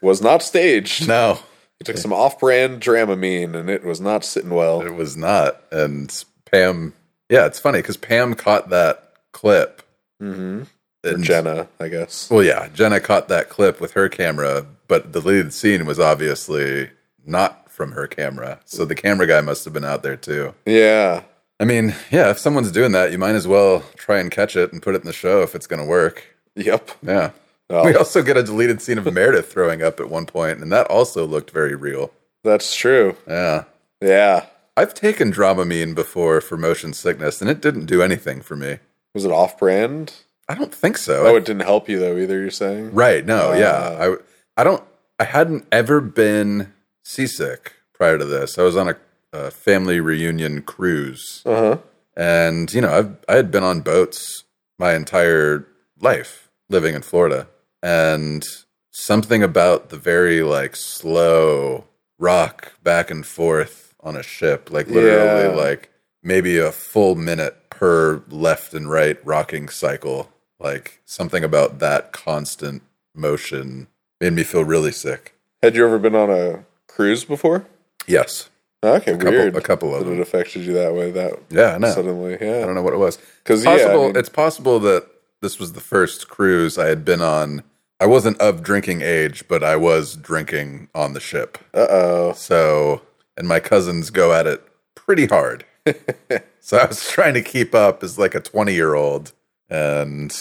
was not staged.
No.
He took some off brand Dramamine and it was not sitting well.
It was not. And Pam, yeah, it's funny because Pam caught that clip.
Mm-hmm.
And,
Jenna, I guess.
Well, yeah, Jenna caught that clip with her camera, but the lead scene was obviously not from her camera. So the camera guy must have been out there too.
Yeah.
I mean, yeah, if someone's doing that, you might as well try and catch it and put it in the show if it's going to work.
Yep.
Yeah.
Oh.
We also get a deleted scene of Meredith throwing up at one point, and that also looked very real.
That's true.
Yeah.
Yeah.
I've taken Dramamine before for motion sickness, and it didn't do anything for me.
Was it off brand?
I don't think so.
Oh, it didn't help you though either, you're saying?
Right. No.
Uh,
yeah. I I don't. I hadn't ever been seasick prior to this. I was on a, a family reunion cruise,
Uh-huh.
and you know, I've I had been on boats my entire life living in Florida, and something about the very like slow rock back and forth on a ship, like literally
Yeah.
like maybe a full minute per left and right rocking cycle, like something about that constant motion made me feel really sick.
Had you ever been on a cruise before? Oh,
Yes.
Okay,
a couple,
weird.
A couple of
that
them.
it affected you that way. That
Yeah, I know.
Suddenly, yeah.
I don't know what it was.
'Cause, yeah, I
possible,
mean-
it's possible that this was the first cruise I had been on. I wasn't of drinking age, but I was drinking on the ship.
Uh oh.
So, and my cousins go at it pretty hard. so I was trying to keep up as like a 20 year old. And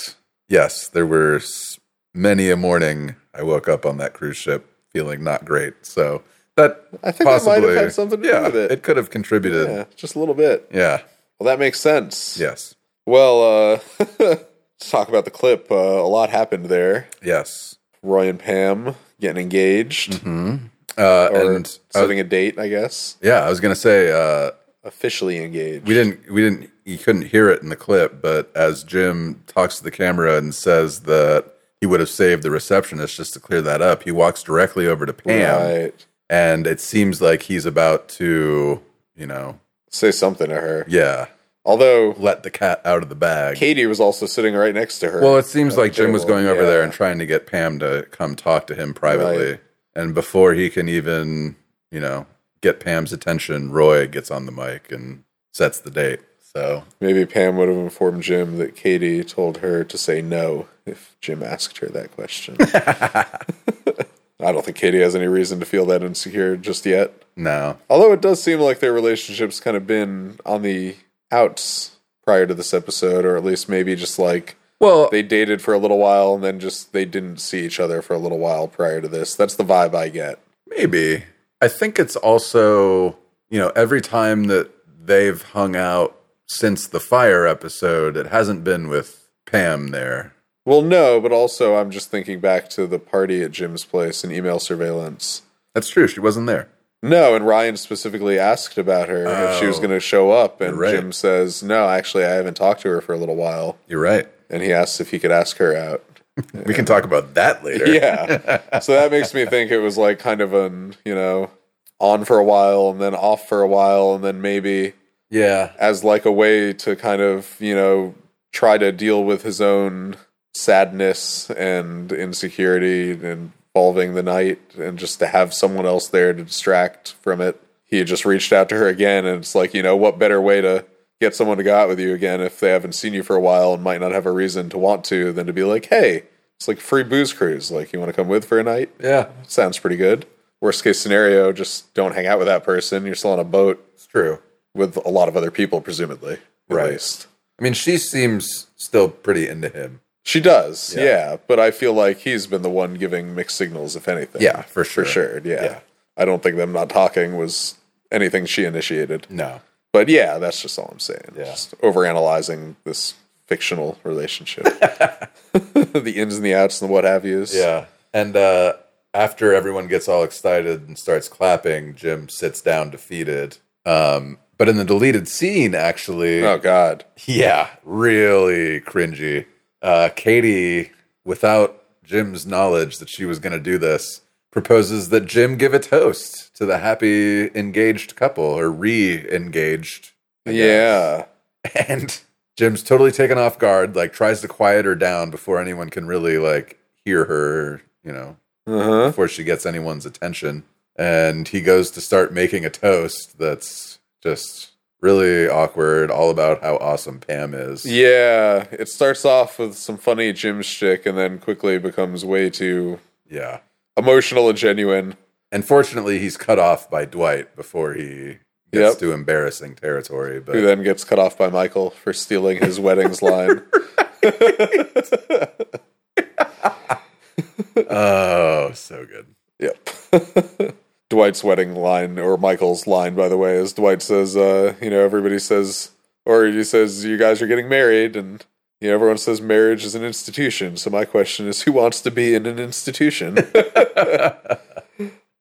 yes, there were s- many a morning I woke up on that cruise ship feeling not great. So that
I think that
possibly
might have had something to do
yeah,
with it.
It could have contributed.
Yeah, just a little bit.
yeah.
Well, that makes sense.
Yes.
Well, uh, let's talk about the clip. Uh, a lot happened there.
Yes.
Roy and Pam getting engaged,
Mm-hmm. Uh,
or
and I was-
setting a date, I guess.
yeah, I was gonna say uh,
Officially engaged.
we didn't we didn't you couldn't hear it in the clip, but as Jim talks to the camera and says that he would have saved the receptionist just to clear that up, he walks directly over to Pam,
Right.
and it seems like he's about to, you know,
Say something to her.
yeah,
Although
let the cat out of the bag.
Katie was also sitting right next to her.
Well, it seems
at the
like Jim was
table.
going over
Yeah.
there and trying to get Pam to come talk to him privately. And before he can even, you know, get Pam's attention, Roy gets on the mic and sets the date. So,
Maybe Pam would have informed Jim that Katie told her to say no if Jim asked her that question. I don't think Katie has any reason to feel that insecure just yet.
no.
Although it does seem like their relationship's kind of been on the outs prior to this episode, or at least maybe just like
Well,
they dated for a little while and then just they didn't see each other for a little while prior to this. That's the vibe I get.
Maybe. I think it's also, you know, every time that they've hung out since the fire episode, it hasn't been with Pam there.
Well, no, but also I'm just thinking back to the party at Jim's place and email surveillance.
That's true. She wasn't there.
No, and Ryan specifically asked about her if she was
Oh.
going to show up, and
You're right.
Jim says, "No, actually, I haven't talked to her for a little while."
You're right.
And he asks if he could ask her out.
We can talk about that later.
Yeah, so that makes me think it was like kind of an you know on for a while and then off for a while and then maybe
Yeah.
as like a way to kind of you know try to deal with his own sadness and insecurity involving the night and just to have someone else there to distract from it he had just reached out to her again and it's like you know what better way to get someone to go out with you again if they haven't seen you for a while and might not have a reason to want to than to be like hey it's like free booze cruise like you want to come with for a night
Yeah.
sounds pretty good worst case scenario just don't hang out with that person you're still on a boat
It's true.
with a lot of other people, presumably. at
Right.
least.
I mean, she seems still pretty into him.
She does,
Yeah.
yeah. But I feel like he's been the one giving mixed signals, if anything.
Yeah, for sure.
For sure, yeah.
Yeah.
I don't think them not talking was anything she initiated.
No.
But yeah, that's just all I'm saying.
Yeah.
Just overanalyzing this fictional relationship. the ins and the outs and the what have yous.
Yeah. And uh, after everyone gets all excited and starts clapping, Jim sits down defeated. Um, but in the deleted scene, actually,
Oh, God.
yeah, really cringy. Uh, Katie, without Jim's knowledge that she was going to do this, proposes that Jim give a toast to the happy engaged couple or re engaged
Yeah.
and Jim's totally taken off guard, like tries to quiet her down before anyone can really like hear her, you know,
Uh-huh.
before she gets anyone's attention. And he goes to start making a toast that's just really awkward, all about how awesome Pam is.
Yeah, it starts off with some funny Jim shtick and then quickly becomes way too
yeah
emotional and genuine.
And fortunately, he's cut off by Dwight before he gets
Yep.
to embarrassing territory. But
Who then gets cut off by Michael for stealing his wedding's line.
oh, so good.
Yep. Dwight's wedding line, or Michael's line, by the way, is Dwight says, uh, you know, everybody says, or he says, you guys are getting married, and, you know, everyone says marriage is an institution. So my question is, who wants to be in an institution?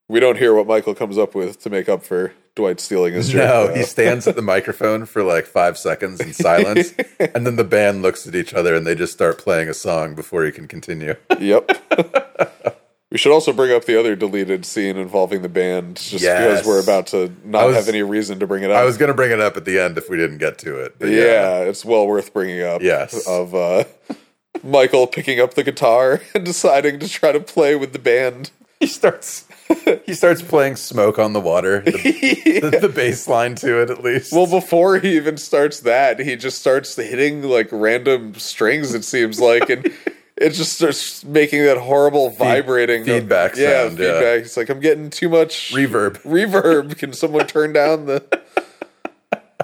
we don't hear what Michael comes up with to make up for Dwight stealing his Uh, drink.
No,
though.
he stands at the microphone for like five seconds in silence, and then the band looks at each other and they just start playing a song before he can continue.
Yep. we should also bring up the other deleted scene involving the band, just
Yes.
because we're about to
I
not
was-
have any reason to bring it up.
I was going to bring it up at the end if we didn't get to it. but
yeah, it's well worth bringing up.
Yes.
Of uh, Michael picking up the guitar and deciding to try to play with the band.
He starts. He starts playing "Smoke on the Water," the, the, the bass line to it at least.
Well, before he even starts that, he just starts hitting like random strings. It seems like, and it just starts making that horrible vibrating note.
feedback sound, yeah.
It's like I'm getting too much
Reverb.
Reverb. Can someone turn down the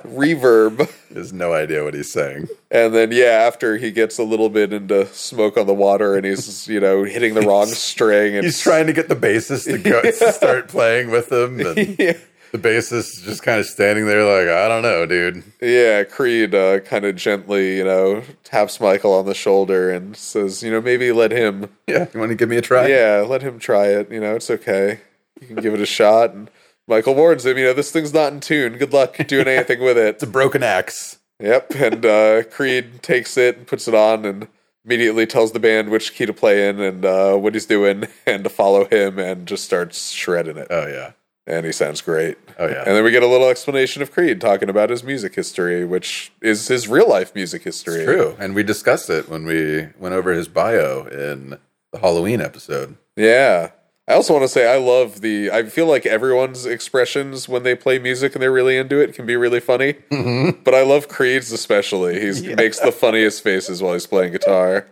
reverb?
There's no idea what he's saying.
And then yeah, after he gets a little bit into smoke on the water, and he's you know hitting the wrong string, and
He's trying to get the bassist to go to start playing with him, and the bassist is just kind of standing there like, "I don't know, dude."
Yeah, Creed uh, kind of gently, you know, taps Michael on the shoulder and says, you know, maybe let him.
Yeah, you want to give me a try?
Yeah, let him try it. You know, it's okay. You can give it a shot. And Michael warns him, you know, this thing's not in tune. Good luck doing anything with it. it's
a broken axe.
Yep. And uh, Creed takes it and puts it on and immediately tells the band which key to play in and uh, what he's doing and to follow him and just starts shredding it.
Oh, yeah.
And he sounds great.
Oh yeah.
And then we get a little explanation of Creed talking about his music history, which is his real life music history.
It's true. And we discussed it when we went over his bio in the Halloween episode.
Yeah. I also want to say I love the. I feel like everyone's expressions when they play music and they're really into it can be really funny.
Mm-hmm.
But I love Creed's especially. He makes the funniest faces while he's playing guitar.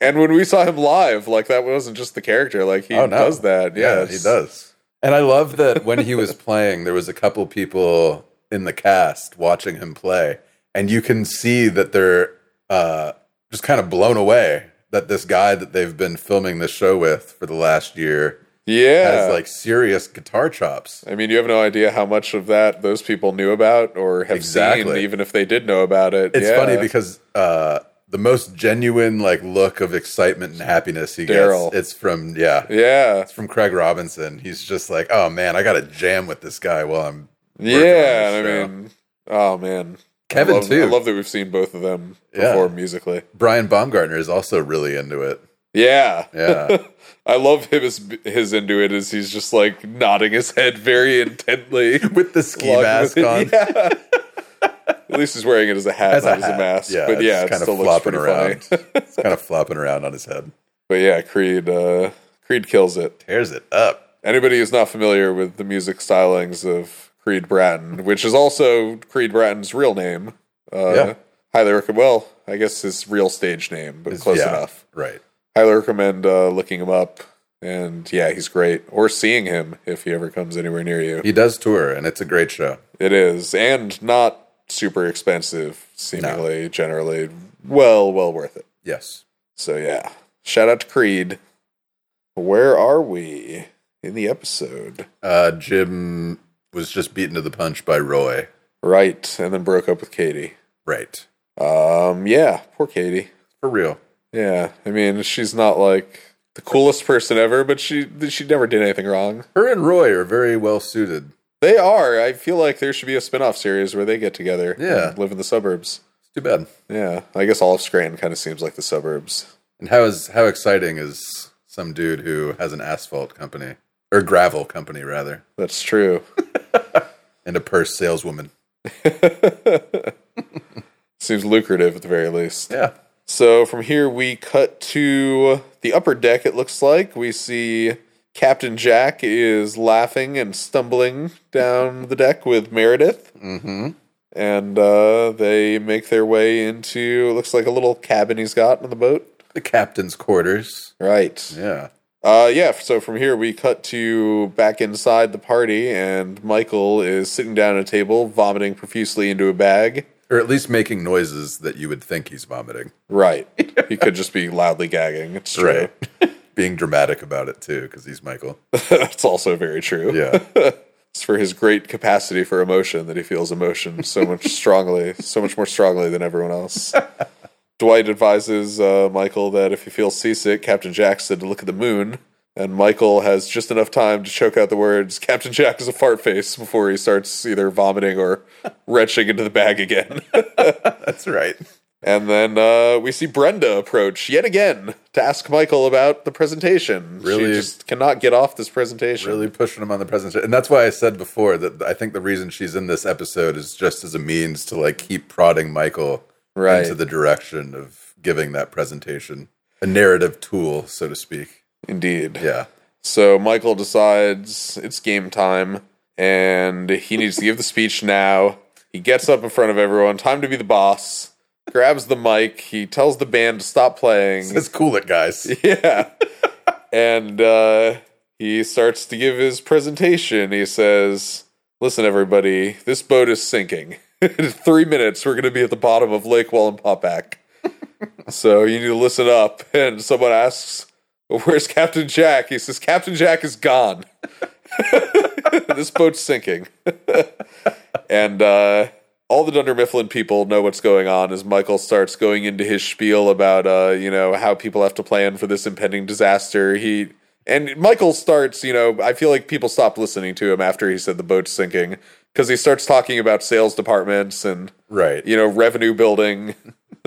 And when we saw him live, like that wasn't just the character. Like he
Oh, no.
does that.
Yeah,
Yes.
he does. And I love that when he was playing, there was a couple people in the cast watching him play, and you can see that they're uh, just kind of blown away that this guy that they've been filming this show with for the last year,
Yeah.
has like serious guitar chops.
I mean, you have no idea how much of that those people knew about or have
Exactly.
seen, even if they did know about it.
It's
Yeah.
funny because uh, the most genuine like look of excitement and happiness he
Daryl.
gets, it's from yeah,
yeah,
it's from Craig Robinson. He's just like, oh man, I got to jam with this guy while I'm working on
Yeah,
this
and
show."
I mean, oh man,
Kevin,
I love,
too.
I love that we've seen both of them
Yeah.
perform musically.
Brian Baumgartner is also really into it.
Yeah,
Yeah.
I love him as his into it as he's just like nodding his head very intently
with the ski mask on.
Yeah. At least he's wearing it as a hat,
As a
not as a
hat.
mask.
Yeah,
but
it's
yeah, it
kind of
still looks
flopping
pretty
around.
funny.
It's kind of flopping around on his head.
But yeah, Creed uh, Creed kills it.
Tears it up.
Anybody who's not familiar with the music stylings of Creed Bratton, which is also Creed Bratton's real name, uh,
Yeah.
highly recommend. Well, I guess his real stage name, but close
yeah,
enough.
Right.
Highly recommend uh, looking him up. And yeah, he's great. Or seeing him if he ever comes anywhere near you.
He does tour, and it's a great show.
It is, and not super expensive, seemingly, generally. Well, well worth it.
Yes.
So, yeah. Shout out to Creed. Where are we in the episode?
Uh, Jim was just beaten to the punch by Roy.
Right. And then broke up with Katie.
Right.
Um, yeah. Poor Katie.
For real.
Yeah. I mean, she's not like the coolest person ever, but she she never did anything wrong.
Her and Roy are very well suited.
They are. I feel like there should be a spin-off series where they get together.
Yeah.
and live in the suburbs.
It's too bad.
Yeah, I guess all of Scranton kind of seems like the suburbs.
And how is how exciting is some dude who has an asphalt company or gravel company rather,
That's true.
and a purse saleswoman?
Seems lucrative at the very least.
Yeah.
So from here we cut to the upper deck, it looks like, we see Captain Jack is laughing and stumbling down the deck with Meredith.
Mm-hmm.
And uh, they make their way into, it looks like a little cabin he's got on the boat.
The captain's quarters.
Right.
Yeah.
Uh, yeah, so from here we cut to back inside the party, and Michael is sitting down at a table, vomiting profusely into a bag.
Or at least making noises that you would think he's vomiting.
Right. he could just be loudly gagging. It's true.
Being dramatic about it too, because he's Michael.
That's also very true.
Yeah.
it's for his great capacity for emotion that he feels emotion so much strongly, so much more strongly than everyone else. Dwight advises uh, Michael that if he feels seasick, Captain Jack said to look at the moon. And Michael has just enough time to choke out the words "Captain Jack is a fart face" before he starts either vomiting or retching into the bag again.
That's right.
And then uh, we see Brenda approach yet again to ask Michael about the presentation.
Really-
she just cannot get off this presentation.
Really pushing him on the presentation. And that's why I said before that I think the reason she's in this episode is just as a means to like keep prodding Michael
Right.
into the direction of giving that presentation. A narrative tool, so to speak.
Indeed.
Yeah.
So Michael decides it's game time and he needs to give the speech now. He gets up in front of everyone, time to be the boss, grabs the mic, he tells the band to stop playing.
Says, cool it, guys.
Yeah. and uh, he starts to give his presentation. He says, Listen, everybody, this boat is sinking. In three minutes, we're going to be at the bottom of Lake Wallenpopak. so you need to listen up. And someone asks, Where's Captain Jack? He says, Captain Jack is gone. this boat's sinking. and uh, all the Dunder Mifflin people know what's going on as Michael starts going into his spiel about, uh, you know, how people have to plan for this impending disaster. He and Michael starts, you know, I feel like people stopped listening to him after he said the boat's sinking because he starts talking about sales departments and
Right.
you know revenue building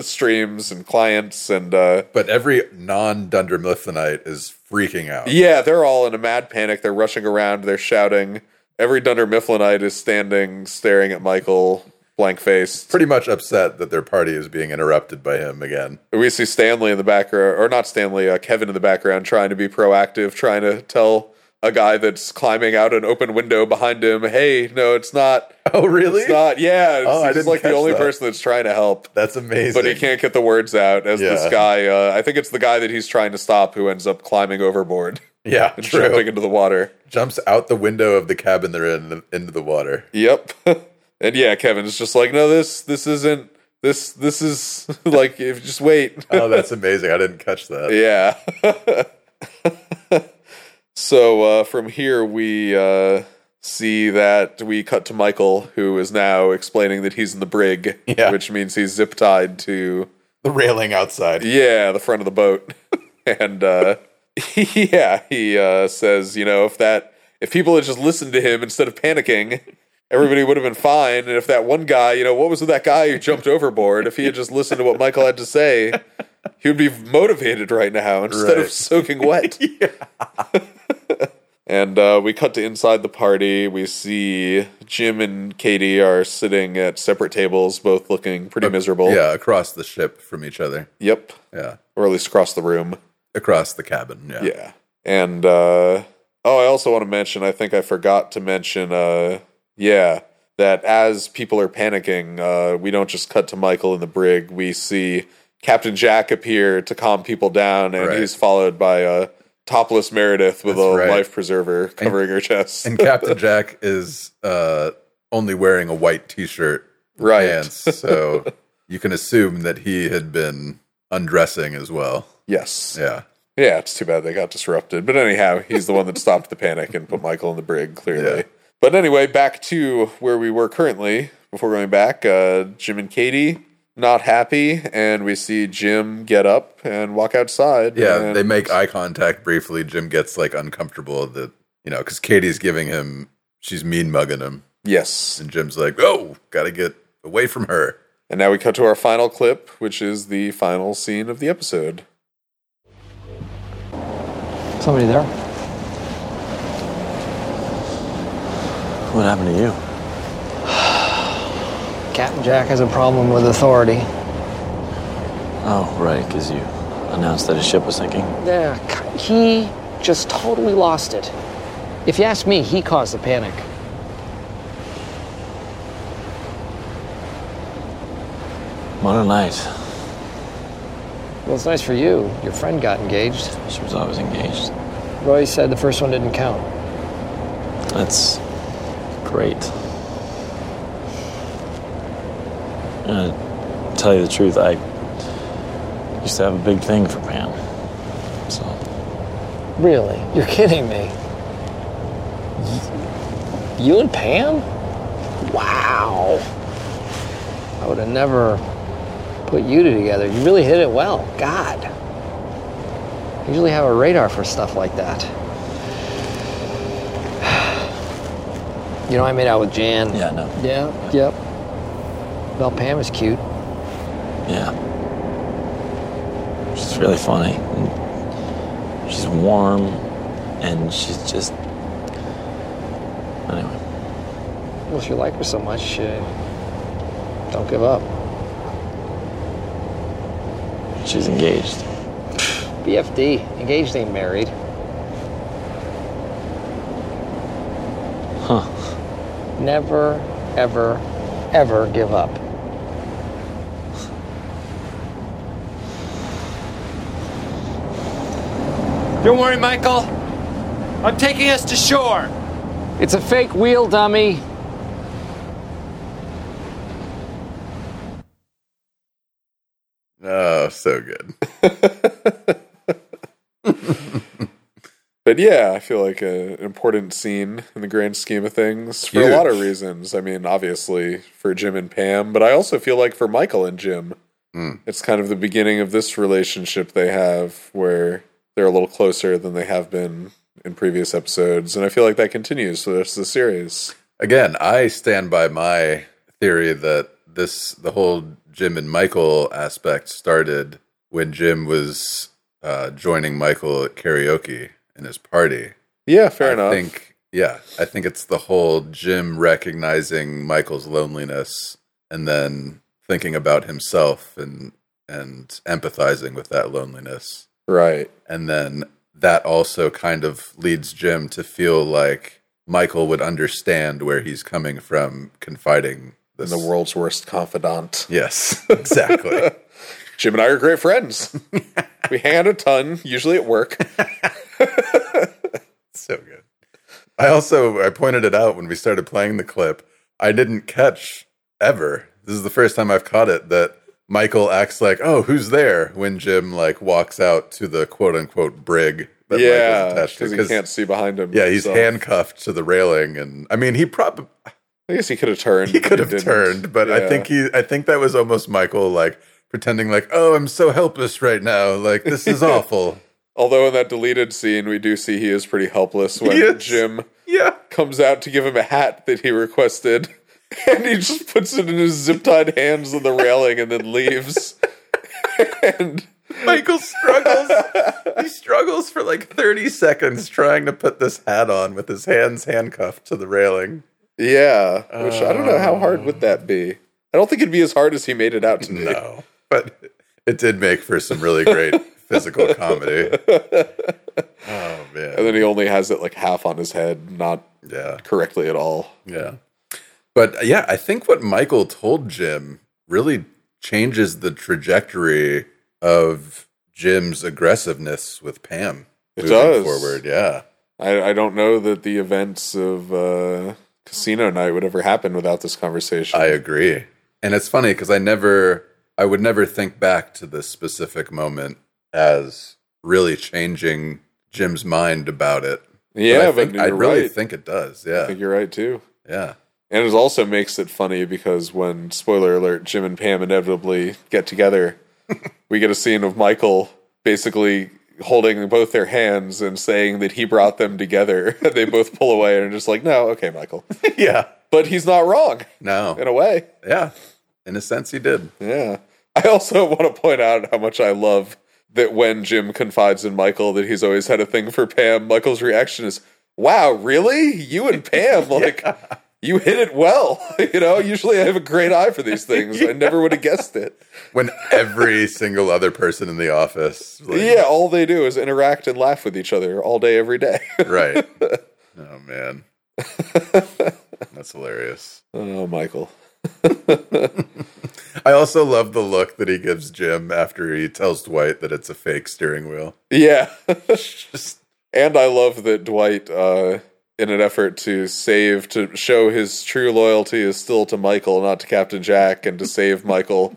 streams and clients and uh,
But every non Dunder Mifflinite is freaking out.
yeah, they're all in a mad panic. They're rushing around. They're shouting. Every Dunder Mifflinite is standing, staring at Michael, blank faced.
Pretty much upset that their party is being interrupted by him again.
We see Stanley in the background, or not Stanley, uh, Kevin in the background, trying to be proactive, trying to tell a guy that's climbing out an open window behind him, "Hey, no, it's not.
Oh, really?
It's not. Yeah, it's,
Oh, I
he's
didn't
like the
catch
only
that.
person that's trying to help.
That's amazing.
But he can't get the words out as this
Yeah.
guy. Uh, I think it's the guy that he's trying to stop who ends up climbing overboard.
Yeah,
and
true.
jumping into the water.
Jumps out the window of the cabin they're in into the water.
Yep. and yeah, Kevin's just like, no, this this isn't this this is like if just wait.
Oh, that's amazing. I didn't catch that.
yeah. so uh, from here we uh, see that we cut to Michael, who is now explaining that he's in the brig,
Yeah.
which means he's zip tied to
The railing outside.
yeah, the front of the boat. and uh yeah, he uh says, you know, if that if people had just listened to him instead of panicking, everybody would have been fine. And if that one guy, you know, what was with that guy who jumped overboard? If he had just listened to what Michael had to say, he would be motivated right now
Right.
instead of soaking wet. And uh, we cut to inside the party. We see Jim and Katie are sitting at separate tables, both looking pretty miserable.
Uh, Yeah, across the ship from each other.
Yep.
Yeah.
Or at least across the room.
Across the cabin. Yeah.
Yeah. And uh oh, I also want to mention I think I forgot to mention uh yeah, that as people are panicking, uh we don't just cut to Michael in the brig. We see Captain Jack appear to calm people down and
Right.
he's followed by uh topless Meredith with
That's
a
right.
life preserver covering her chest.
And Captain Jack is uh, only wearing a white t shirt.
Right.
Pants, so you can assume that he had been undressing as well.
yes.
Yeah.
Yeah, it's too bad they got disrupted. But anyhow, he's the one that stopped the panic and put Michael in the brig, clearly. But anyway, back to where we were currently before going back. Uh, Jim and Katie not happy, and we see Jim get up and walk outside.
Yeah,
and-
they make eye contact briefly. Jim gets like uncomfortable that, you know, because Katie's giving him, she's mean mugging him.
Yes.
And Jim's like, oh, got to get away from her.
And now we cut to our final clip, which is the final scene of the episode.
Somebody there?
What happened to you?
Captain Jack has a problem with authority.
Oh, right, because you. I announced that his ship was sinking.
Yeah, c- he just totally lost it. If you ask me, he caused the panic.
What a night.
Well, it's nice for you. Your friend got engaged.
She was always engaged.
Roy said the first one didn't count.
That's great. Uh, to tell you the truth, I used to have a big thing for Pam. So
Really? You're kidding me. You and Pam? Wow. I would have never put you two together. You really hit it well. God. I usually have a radar for stuff like that. You know, I made out with Jan.
Yeah, no.
Yeah, yep. Well, Pam is cute.
yeah, she's really funny. And she's warm, and she's just anyway.
Well, if you like her so much, uh, don't give up.
She's engaged.
BFD, engaged ain't married.
Huh.
Never, ever, ever give up.
Don't worry, Michael. I'm taking us to shore.
It's a fake wheel, dummy.
Oh, so good.
But yeah, I feel like a, an important scene in the grand scheme of things for
Huge.
a lot of reasons. I mean, obviously for Jim and Pam, but I also feel like for Michael and Jim,
Mm.
it's kind of the beginning of this relationship they have where they're a little closer than they have been in previous episodes. And I feel like that continues for the rest of the series.
Again, I stand by my theory that this the whole Jim and Michael aspect started when Jim was uh, joining Michael at karaoke in his party.
Yeah, fair
I
enough.
Think, yeah, I think it's the whole Jim recognizing Michael's loneliness and then thinking about himself and and empathizing with that loneliness.
Right.
And then that also kind of leads Jim to feel like Michael would understand where he's coming from confiding this.
The world's worst confidant.
Yes, exactly.
Jim and I are great friends. we hang out a ton, usually at work.
so good. I also I pointed it out when we started playing the clip. I didn't catch ever. This is the first time I've caught it that Michael acts like, "Oh, who's there?" when Jim like walks out to the quote unquote brig that
yeah,
Michael's attached to.
because he can't see behind him.
yeah, he's
so-
handcuffed to the railing, and I mean he probably
I guess he could have turned.
he could have turned, but I think he I think that was almost Michael like pretending like, "Oh, I'm so helpless right now. Like this is awful."
Although in that deleted scene, we do see he is pretty helpless when
He is.
Jim
yeah.
comes out to give him a hat that he requested, and he just puts it in his zip-tied hands on the railing and then leaves. and
Michael struggles. he struggles for like 30 seconds trying to put this hat on with his hands handcuffed to the railing.
yeah, which I don't know how hard would that be. I don't think it'd be as hard as he made it out to be.
No, but it did make for some really great physical comedy. Oh man.
And then he only has it like half on his head, not
Yeah.
correctly at all.
Yeah. But uh, yeah, I think what Michael told Jim really changes the trajectory of Jim's aggressiveness with Pam.
It
moving
does.
Forward, yeah.
I, I don't know that the events of uh, Casino Night would ever happen without this conversation.
I agree. And it's funny because I never, I would never think back to this specific moment as really changing Jim's mind about it.
Yeah,
I,
but
think, I
you're
really
right.
think it does.
I
Yeah.
think you're right too.
yeah.
And it also makes it funny because when spoiler alert, Jim and Pam inevitably get together, we get a scene of Michael basically holding both their hands and saying that he brought them together. they both pull away and are just like, "No, okay, Michael."
yeah.
But he's not wrong in
No.
a way.
Yeah. In a sense, he did.
Yeah. I also want to point out how much I love that when Jim confides in Michael that he's always had a thing for Pam, Michael's reaction is, "Wow, really? You and Pam? Like, you hit it well. you know, usually I have a great eye for these things. I never would have guessed it.
When every single other person in the office, like,
yeah, all they do is interact and laugh with each other all day, every day.
right? Oh man, that's hilarious.
Oh, Michael.
I also love the look that he gives Jim after he tells Dwight that it's a fake steering wheel.
Yeah. and I love that Dwight, uh, in an effort to save, to show his true loyalty is still to Michael, not to Captain Jack, and to save Michael,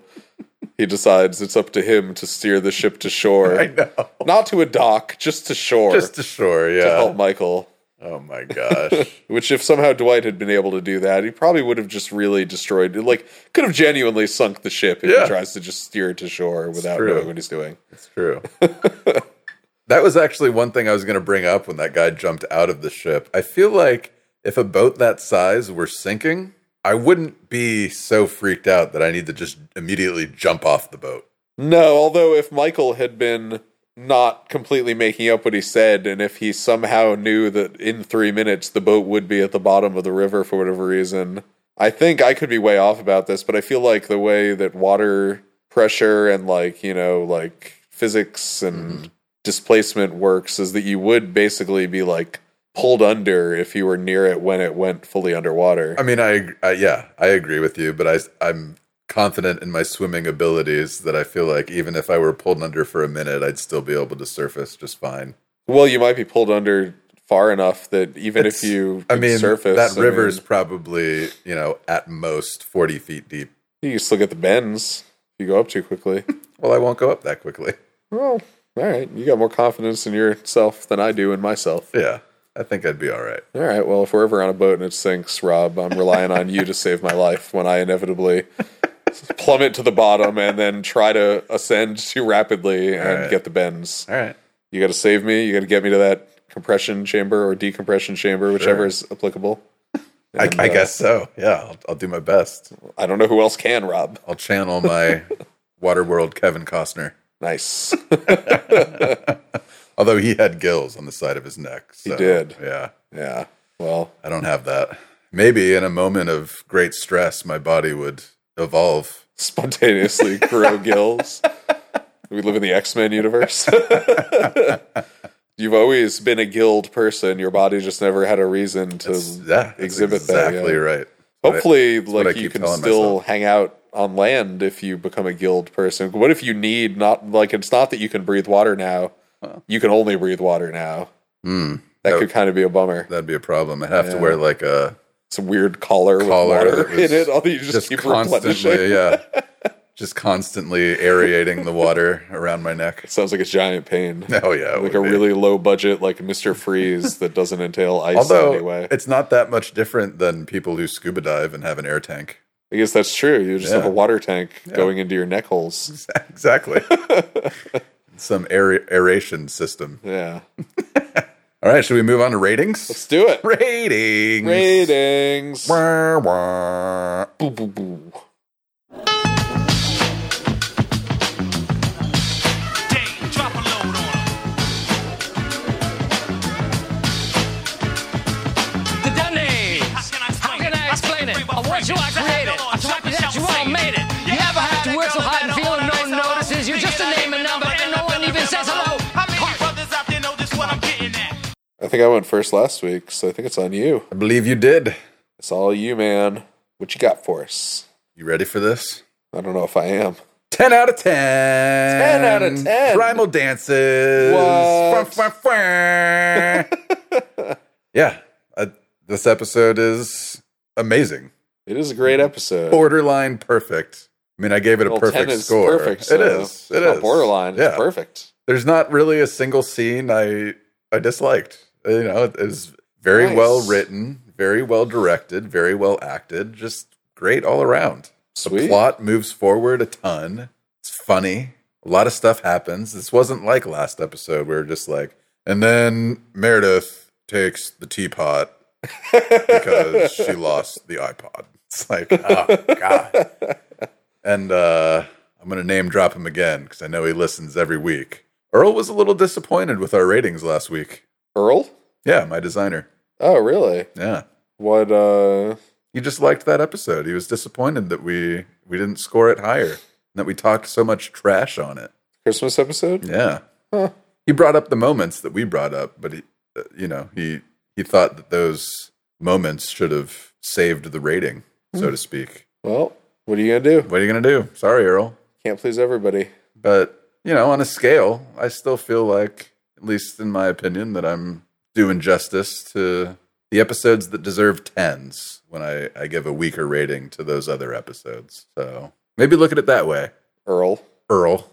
he decides it's up to him to steer the ship to shore.
I know.
Not to a dock, just to shore.
Just to shore, yeah.
To help Michael.
Oh my gosh.
Which, if somehow Dwight had been able to do that, he probably would have just really destroyed. Like, could have genuinely sunk the ship if
Yeah.
he tries to just steer it to shore without
true.
knowing what he's doing.
It's true. that was actually one thing I was going to bring up when that guy jumped out of the ship. I feel like if a boat that size were sinking, I wouldn't be so freaked out that I need to just immediately jump off the boat.
No, although if Michael had been not completely making up what he said, and if he somehow knew that in three minutes the boat would be at the bottom of the river for whatever reason, I think I could be way off about this, but I feel like the way that water pressure and like, you know, like physics and
Mm-hmm.
displacement works is that you would basically be like pulled under if you were near it when it went fully underwater.
I mean, I, ag- I yeah, I agree with you, but I I'm confident in my swimming abilities that I feel like even if I were pulled under for a minute, I'd still be able to surface just fine.
Well, you might be pulled under far enough that even
It's-
if you
I mean,
surface
that
I
river
mean-
is probably you know at most forty feet deep.
You can still get the bends if you go up too quickly.
Well, I won't go up that quickly.
well, all right. You got more confidence in yourself than I do in myself.
Yeah, I think I'd be all right.
All right. Well, if we're ever on a boat and it sinks, Rob, I'm relying on you to save my life when I inevitably plummet to the bottom and then try to ascend too rapidly and
right.
get the bends.
All right.
You got to save me. You got to get me to that compression chamber or decompression chamber, whichever is applicable.
I,
And,
I
uh,
guess so. Yeah, I'll, I'll do my best.
I don't know who else can, Rob.
I'll channel my Waterworld Kevin Costner.
Nice.
Although he had gills on the side of his neck.
He
so,
did.
Yeah.
Yeah. Well,
I don't have that. Maybe in a moment of great stress, my body would evolve.
spontaneously grow gills. We live in the X Men universe. You've always been a guild person. Your body just never had a reason to
Yeah, that's
exhibit
exactly
that. yeah.
right.
Hopefully,
what
like
I
you
keep
can
telling
still
myself.
hang out on land if you become a guild person. What if you need not like it's not that you can breathe water now. You can only breathe water now.
Hmm.
That,
That-
could kind of be a bummer.
That'd be a problem. I'd have to
Yeah.
wear like a
It's a weird collar,
collar
with water
that was
in it. Although you just, keep replenishing.
constantly, yeah, just constantly aerating the water around my neck.
Sounds like a giant pain.
Oh yeah, it
like
would
a
be.
really low budget, like Mr. Freeze that doesn't entail ice
Although
anyway.
it's not that much different than people who scuba dive and have an air tank.
I guess that's true. You just
Yeah.
have a water tank
Yeah.
going into your neck holes.
Exactly. Some aer- aeration system.
Yeah.
All right, should we move on to ratings?
Let's do it.
Ratings.
Ratings.
Wah, wah.
Boo, boo, boo.
The Dundies. How can I explain it? I want you, I create it. I tried to let you all made it. You never have to work so hard and feel no one notices. You're just a name and number, and no one even says hello.
I think I went first last week, so I think it's on you.
I believe you did.
It's all you, man. What you got for us?
You ready for this?
I don't know if I am.
10 out of 10. 10
out of 10.
Primal dances.
What?
Fwah, fwah, fwah. yeah. I, this episode is amazing.
It is a great episode.
Borderline perfect. I mean, I gave it a
Well, 10
perfect
is
score.
Perfect,
It
so
is.
it's
It
not
is.
Borderline.
Yeah.
It's perfect.
There's not really a single scene I I disliked. Uh, You know, it was very
Nice.
well written, very well directed, very well acted, just great all around. The
Sweet.
plot moves forward a ton. It's funny. A lot of stuff happens. This wasn't like last episode where we are just like, and then Meredith takes the teapot because she lost the iPod. It's like, oh god. And uh, I'm gonna name drop him again because I know he listens every week. Earl was a little disappointed with our ratings last week.
Earl?
Yeah, my designer.
Oh, really?
Yeah.
What uh
he just liked that episode. He was disappointed that we we didn't score it higher and that we talked so much trash on it.
Christmas episode?
Yeah. He brought up the moments that we brought up, but he, uh, you know, he he thought that those moments should have saved the rating, so
Hmm.
to speak.
Well, what are you gonna do?
What are you gonna do? Sorry, Earl.
Can't please everybody.
But you know, on a scale, I still feel like, at least in my opinion, that I'm doing justice to the episodes that deserve tens when I, I give a weaker rating to those other episodes. So maybe look at it that way.
Earl.
Earl.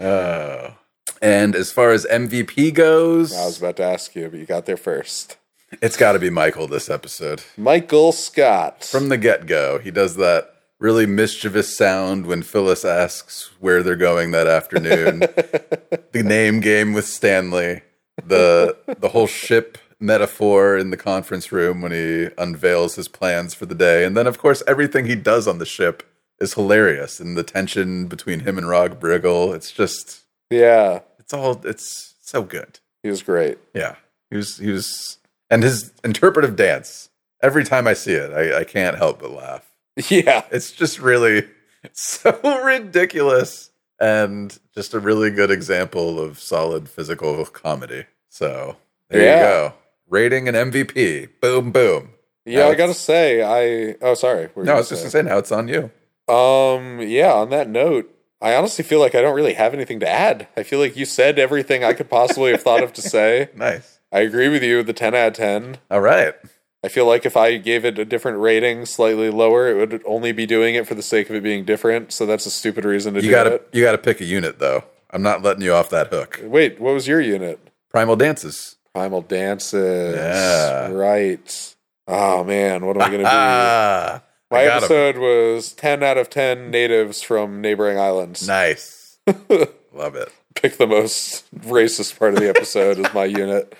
oh. And as far as MVP goes,
I was about to ask you, but you got there first.
it's got to be Michael this episode.
Michael Scott.
From the get go, he does that really mischievous sound when Phyllis asks where they're going that afternoon. the name game with Stanley, the the whole ship metaphor in the conference room when he unveils his plans for the day. And then of course everything he does on the ship is hilarious and the tension between him and Rog Briggle. It's just
Yeah.
It's all it's so good.
He was great.
Yeah. He was he was and his interpretive dance. Every time I see it, I, I can't help but laugh.
Yeah.
It's just really so ridiculous and just a really good example of solid physical comedy. So there
Yeah.
you go. Rating an MVP. Boom boom.
Yeah,
Now
I gotta
it's-
say, I oh sorry. what were you
No, I was just gonna say now it's on you.
Um, yeah, on that note, I honestly feel like I don't really have anything to add. I feel like you said everything I could possibly have thought of to say.
Nice.
I agree with you, the 10 out of 10.
All right.
I feel like if I gave it a different rating, slightly lower, it would only be doing it for the sake of it being different. So that's a stupid reason to
You
do
gotta
it.
you gotta pick a unit though. I'm not letting you off that hook.
Wait, what was your unit?
Primal dances.
Primal dances.
Yeah.
Right. Oh man, what am I gonna do?
Ah,
My
I got 'em.
episode was 10 out of 10 natives from neighboring islands.
Nice. Love it.
Pick the most racist part of the episode as my unit.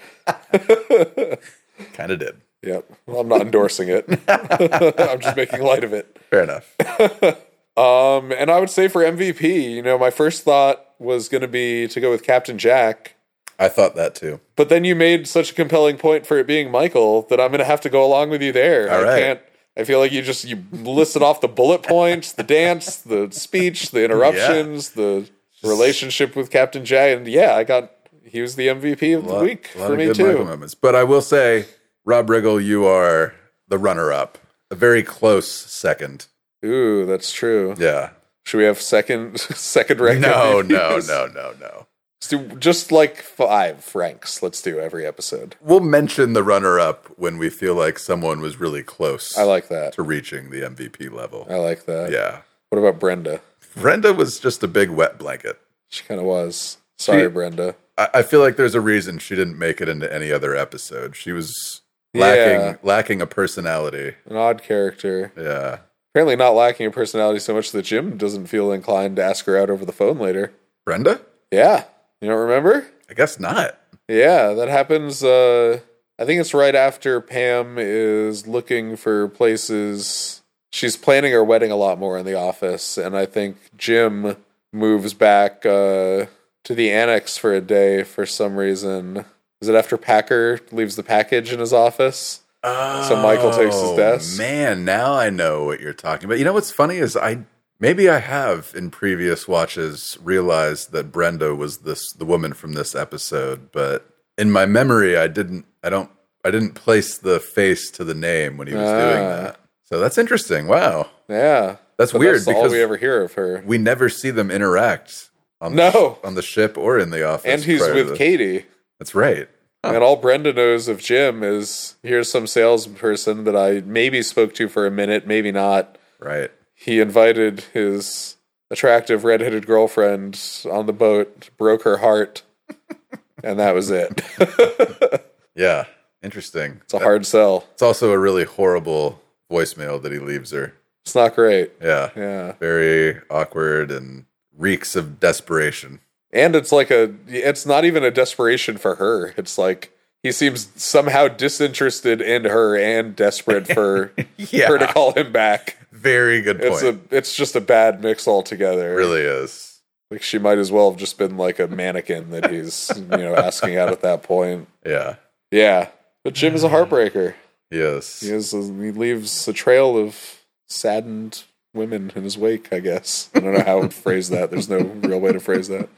Kind of did.
Yep. Well, I'm not endorsing it. I'm just making light of it.
Fair enough.
Um, and I would say for MVP, you know, my first thought was going to be to go with Captain Jack,
I thought that too.
but then you made such a compelling point for it being Michael that I'm going to have to go along with you there.
All
I
right.
can't. I feel like you just you listed off the bullet points, the dance, the speech, the interruptions, the relationship with Captain Jack, and yeah, I got he was the MVP of the
Lot-
week
Uh, lot
for
of
me
good
too.
Michael moments. But I will say, Rob Riggle, you are the runner up. A very close second.
Ooh, that's true.
Yeah.
Should we have second second rank?
No, no,
MVPs?
no, no, no.
Let's do just like five ranks. Let's do every episode.
We'll mention the runner up when we feel like someone was really close
I like that.
to reaching the MVP level.
I like that.
Yeah.
What about Brenda?
Brenda was just a big wet blanket.
She kind of was. Sorry,
She-
Brenda.
I, I feel like there's a reason she didn't make it into any other episode. She was lacking
Yeah.
lacking a personality.
An odd character.
Yeah.
Apparently, not lacking in personality so much that Jim doesn't feel inclined to ask her out over the phone later.
Brenda?
Yeah. You don't remember?
I guess not.
Yeah, that happens. Uh, I think it's right after Pam is looking for places. She's planning her wedding a lot more in the office, and I think Jim moves back uh, to the annex for a day for some reason. Is it after Packer leaves the package in his office? so Michael takes his
Oh,
desk.
Man, now I know what you're talking about. You know what's funny is I maybe I have in previous watches realized that Brenda was this the woman from this episode, but in my memory I didn't I don't I didn't place the face to the name when he was doing
Ah.
that. So that's interesting. Wow.
Yeah,
That's
But
weird
all
because-
we ever hear of her.
We never see them interact on the,
No.
sh- on the ship or in the office.
And he's
prior to
with
this.
Katie.
That's right.
And all Brenda knows of Jim is here's some salesperson that I maybe spoke to for a minute, maybe not.
Right.
He invited his attractive redheaded girlfriend on the boat, broke her heart, and that was it.
Yeah. Interesting.
It's a hard sell.
It's also a really horrible voicemail that he leaves her.
It's not great.
Yeah.
Yeah.
Very awkward and reeks of desperation.
And it's like a it's not even a desperation for her. It's like he seems somehow disinterested in her and desperate for
Yeah.
her to call him back.
Very good point.
It's a it's just a bad mix altogether.
really is.
Like she might as well have just been like a mannequin that he's, you know, asking out at that point.
Yeah.
Yeah. But Jim is a heartbreaker.
Yes.
He, is, he leaves a trail of saddened women in his wake, I guess. I don't know how to phrase that. There's no real way to phrase that.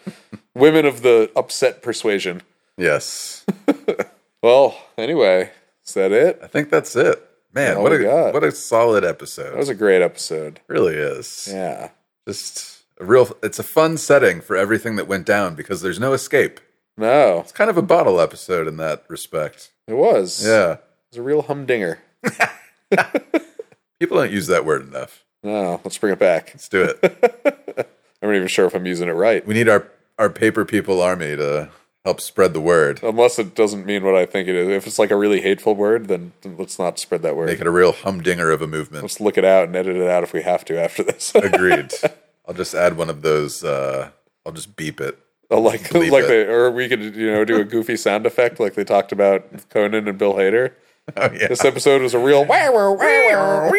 Women of the upset persuasion.
Yes.
Well, anyway, is that it?
I think that's it. Man,
Oh
what
my
a
God.
what a solid episode.
That was a great episode.
really is.
Yeah.
Just a real it's a fun setting for everything that went down because there's no escape.
No.
It's kind of a bottle episode in that respect.
It was.
Yeah.
It was a real humdinger.
People don't use that word enough.
No, let's bring it back.
Let's do it.
I'm not even sure if I'm using it right.
we need our our paper people army to help spread the word.
Unless it doesn't mean what I think it is. If it's like a really hateful word, then let's not spread that word.
Make it a real humdinger of a movement.
Let's look it out and edit it out if we have to after this.
Agreed. I'll just add one of those uh I'll just beep it.
Oh, like
Bleep
like
it.
they or we could you know do a goofy sound effect like they talked about Conan and Bill Hader.
Oh, yeah.
This episode was a real wow wow wow.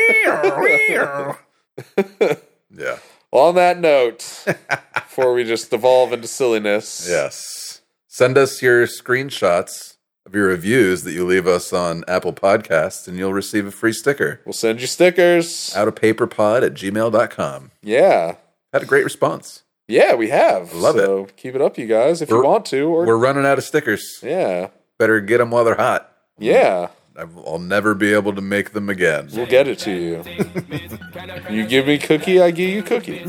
wow.
Yeah.
On that note, before we just devolve into silliness,
Yes. Send us your screenshots of your reviews that you leave us on Apple Podcasts, and you'll receive a free sticker.
We'll send you stickers.
Out of paperpod at gmail.com.
yeah,
Had a great response.
yeah, we have.
Love it.
so Keep it up, you guys, if you
We're-
want to. Or
We're Mm. running out of stickers.
yeah,
Better get them while they're hot.
yeah,
I- I'll never be able to make them again.
we'll get it to you. you give me cookie, I give you cookie.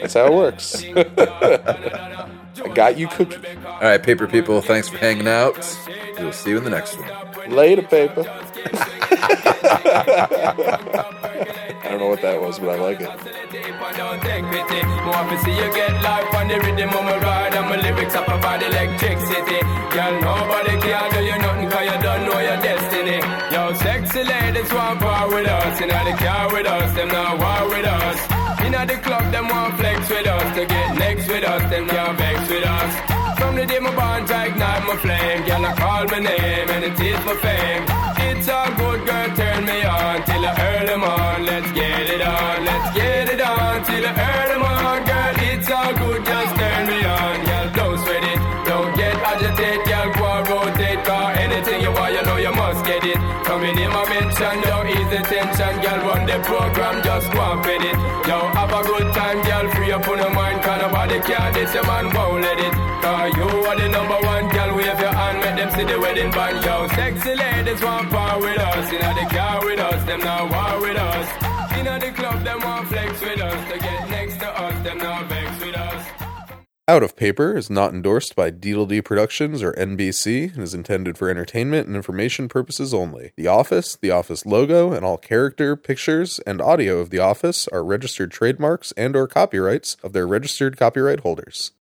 That's how it works. I got you cookie.
All right, paper people, thanks for hanging out. We'll see you in the next one.
Later, paper. I don't know what that was, but I like it.
More to see you get life on the rhythm of my ride and my lyrics up about electricity. Girl, nobody can do you nothing cause you don't know your destiny. Yo, sexy ladies want part with us, in the car with us, them not war with us. In the club, them want flex with us, to get next with us, them can't vex with us. From the day my bond, I ignite my flame, girl, I call my name and it is my fame. It's a good girl, turn me on till I earn them on. Let's get it on, let's get it on till I earn them on. Girl, it's all good, just turn me on. Girl, don't sweat it, don't get agitated. Girl, go and rotate, car anything you want, you know you must get it. Coming in my mention, don't ease the tension. Girl, run the program, just go and fit it. Yo, have a good time, girl, free up on your mind, cause nobody care. This your man won't let it. Cause you are the number one, girl, wave your hand, make them see the wedding band. Yo, sexy ladies want power with us, you know the car with us, them now war with us. In the club, them want flex with us, to get next to us, them now vex with us.
Out of Paper is not endorsed by D Productions or NBC and is intended for entertainment and information purposes only. The Office, The Office logo, and all character, pictures, and audio of The Office are registered trademarks and or copyrights of their registered copyright holders.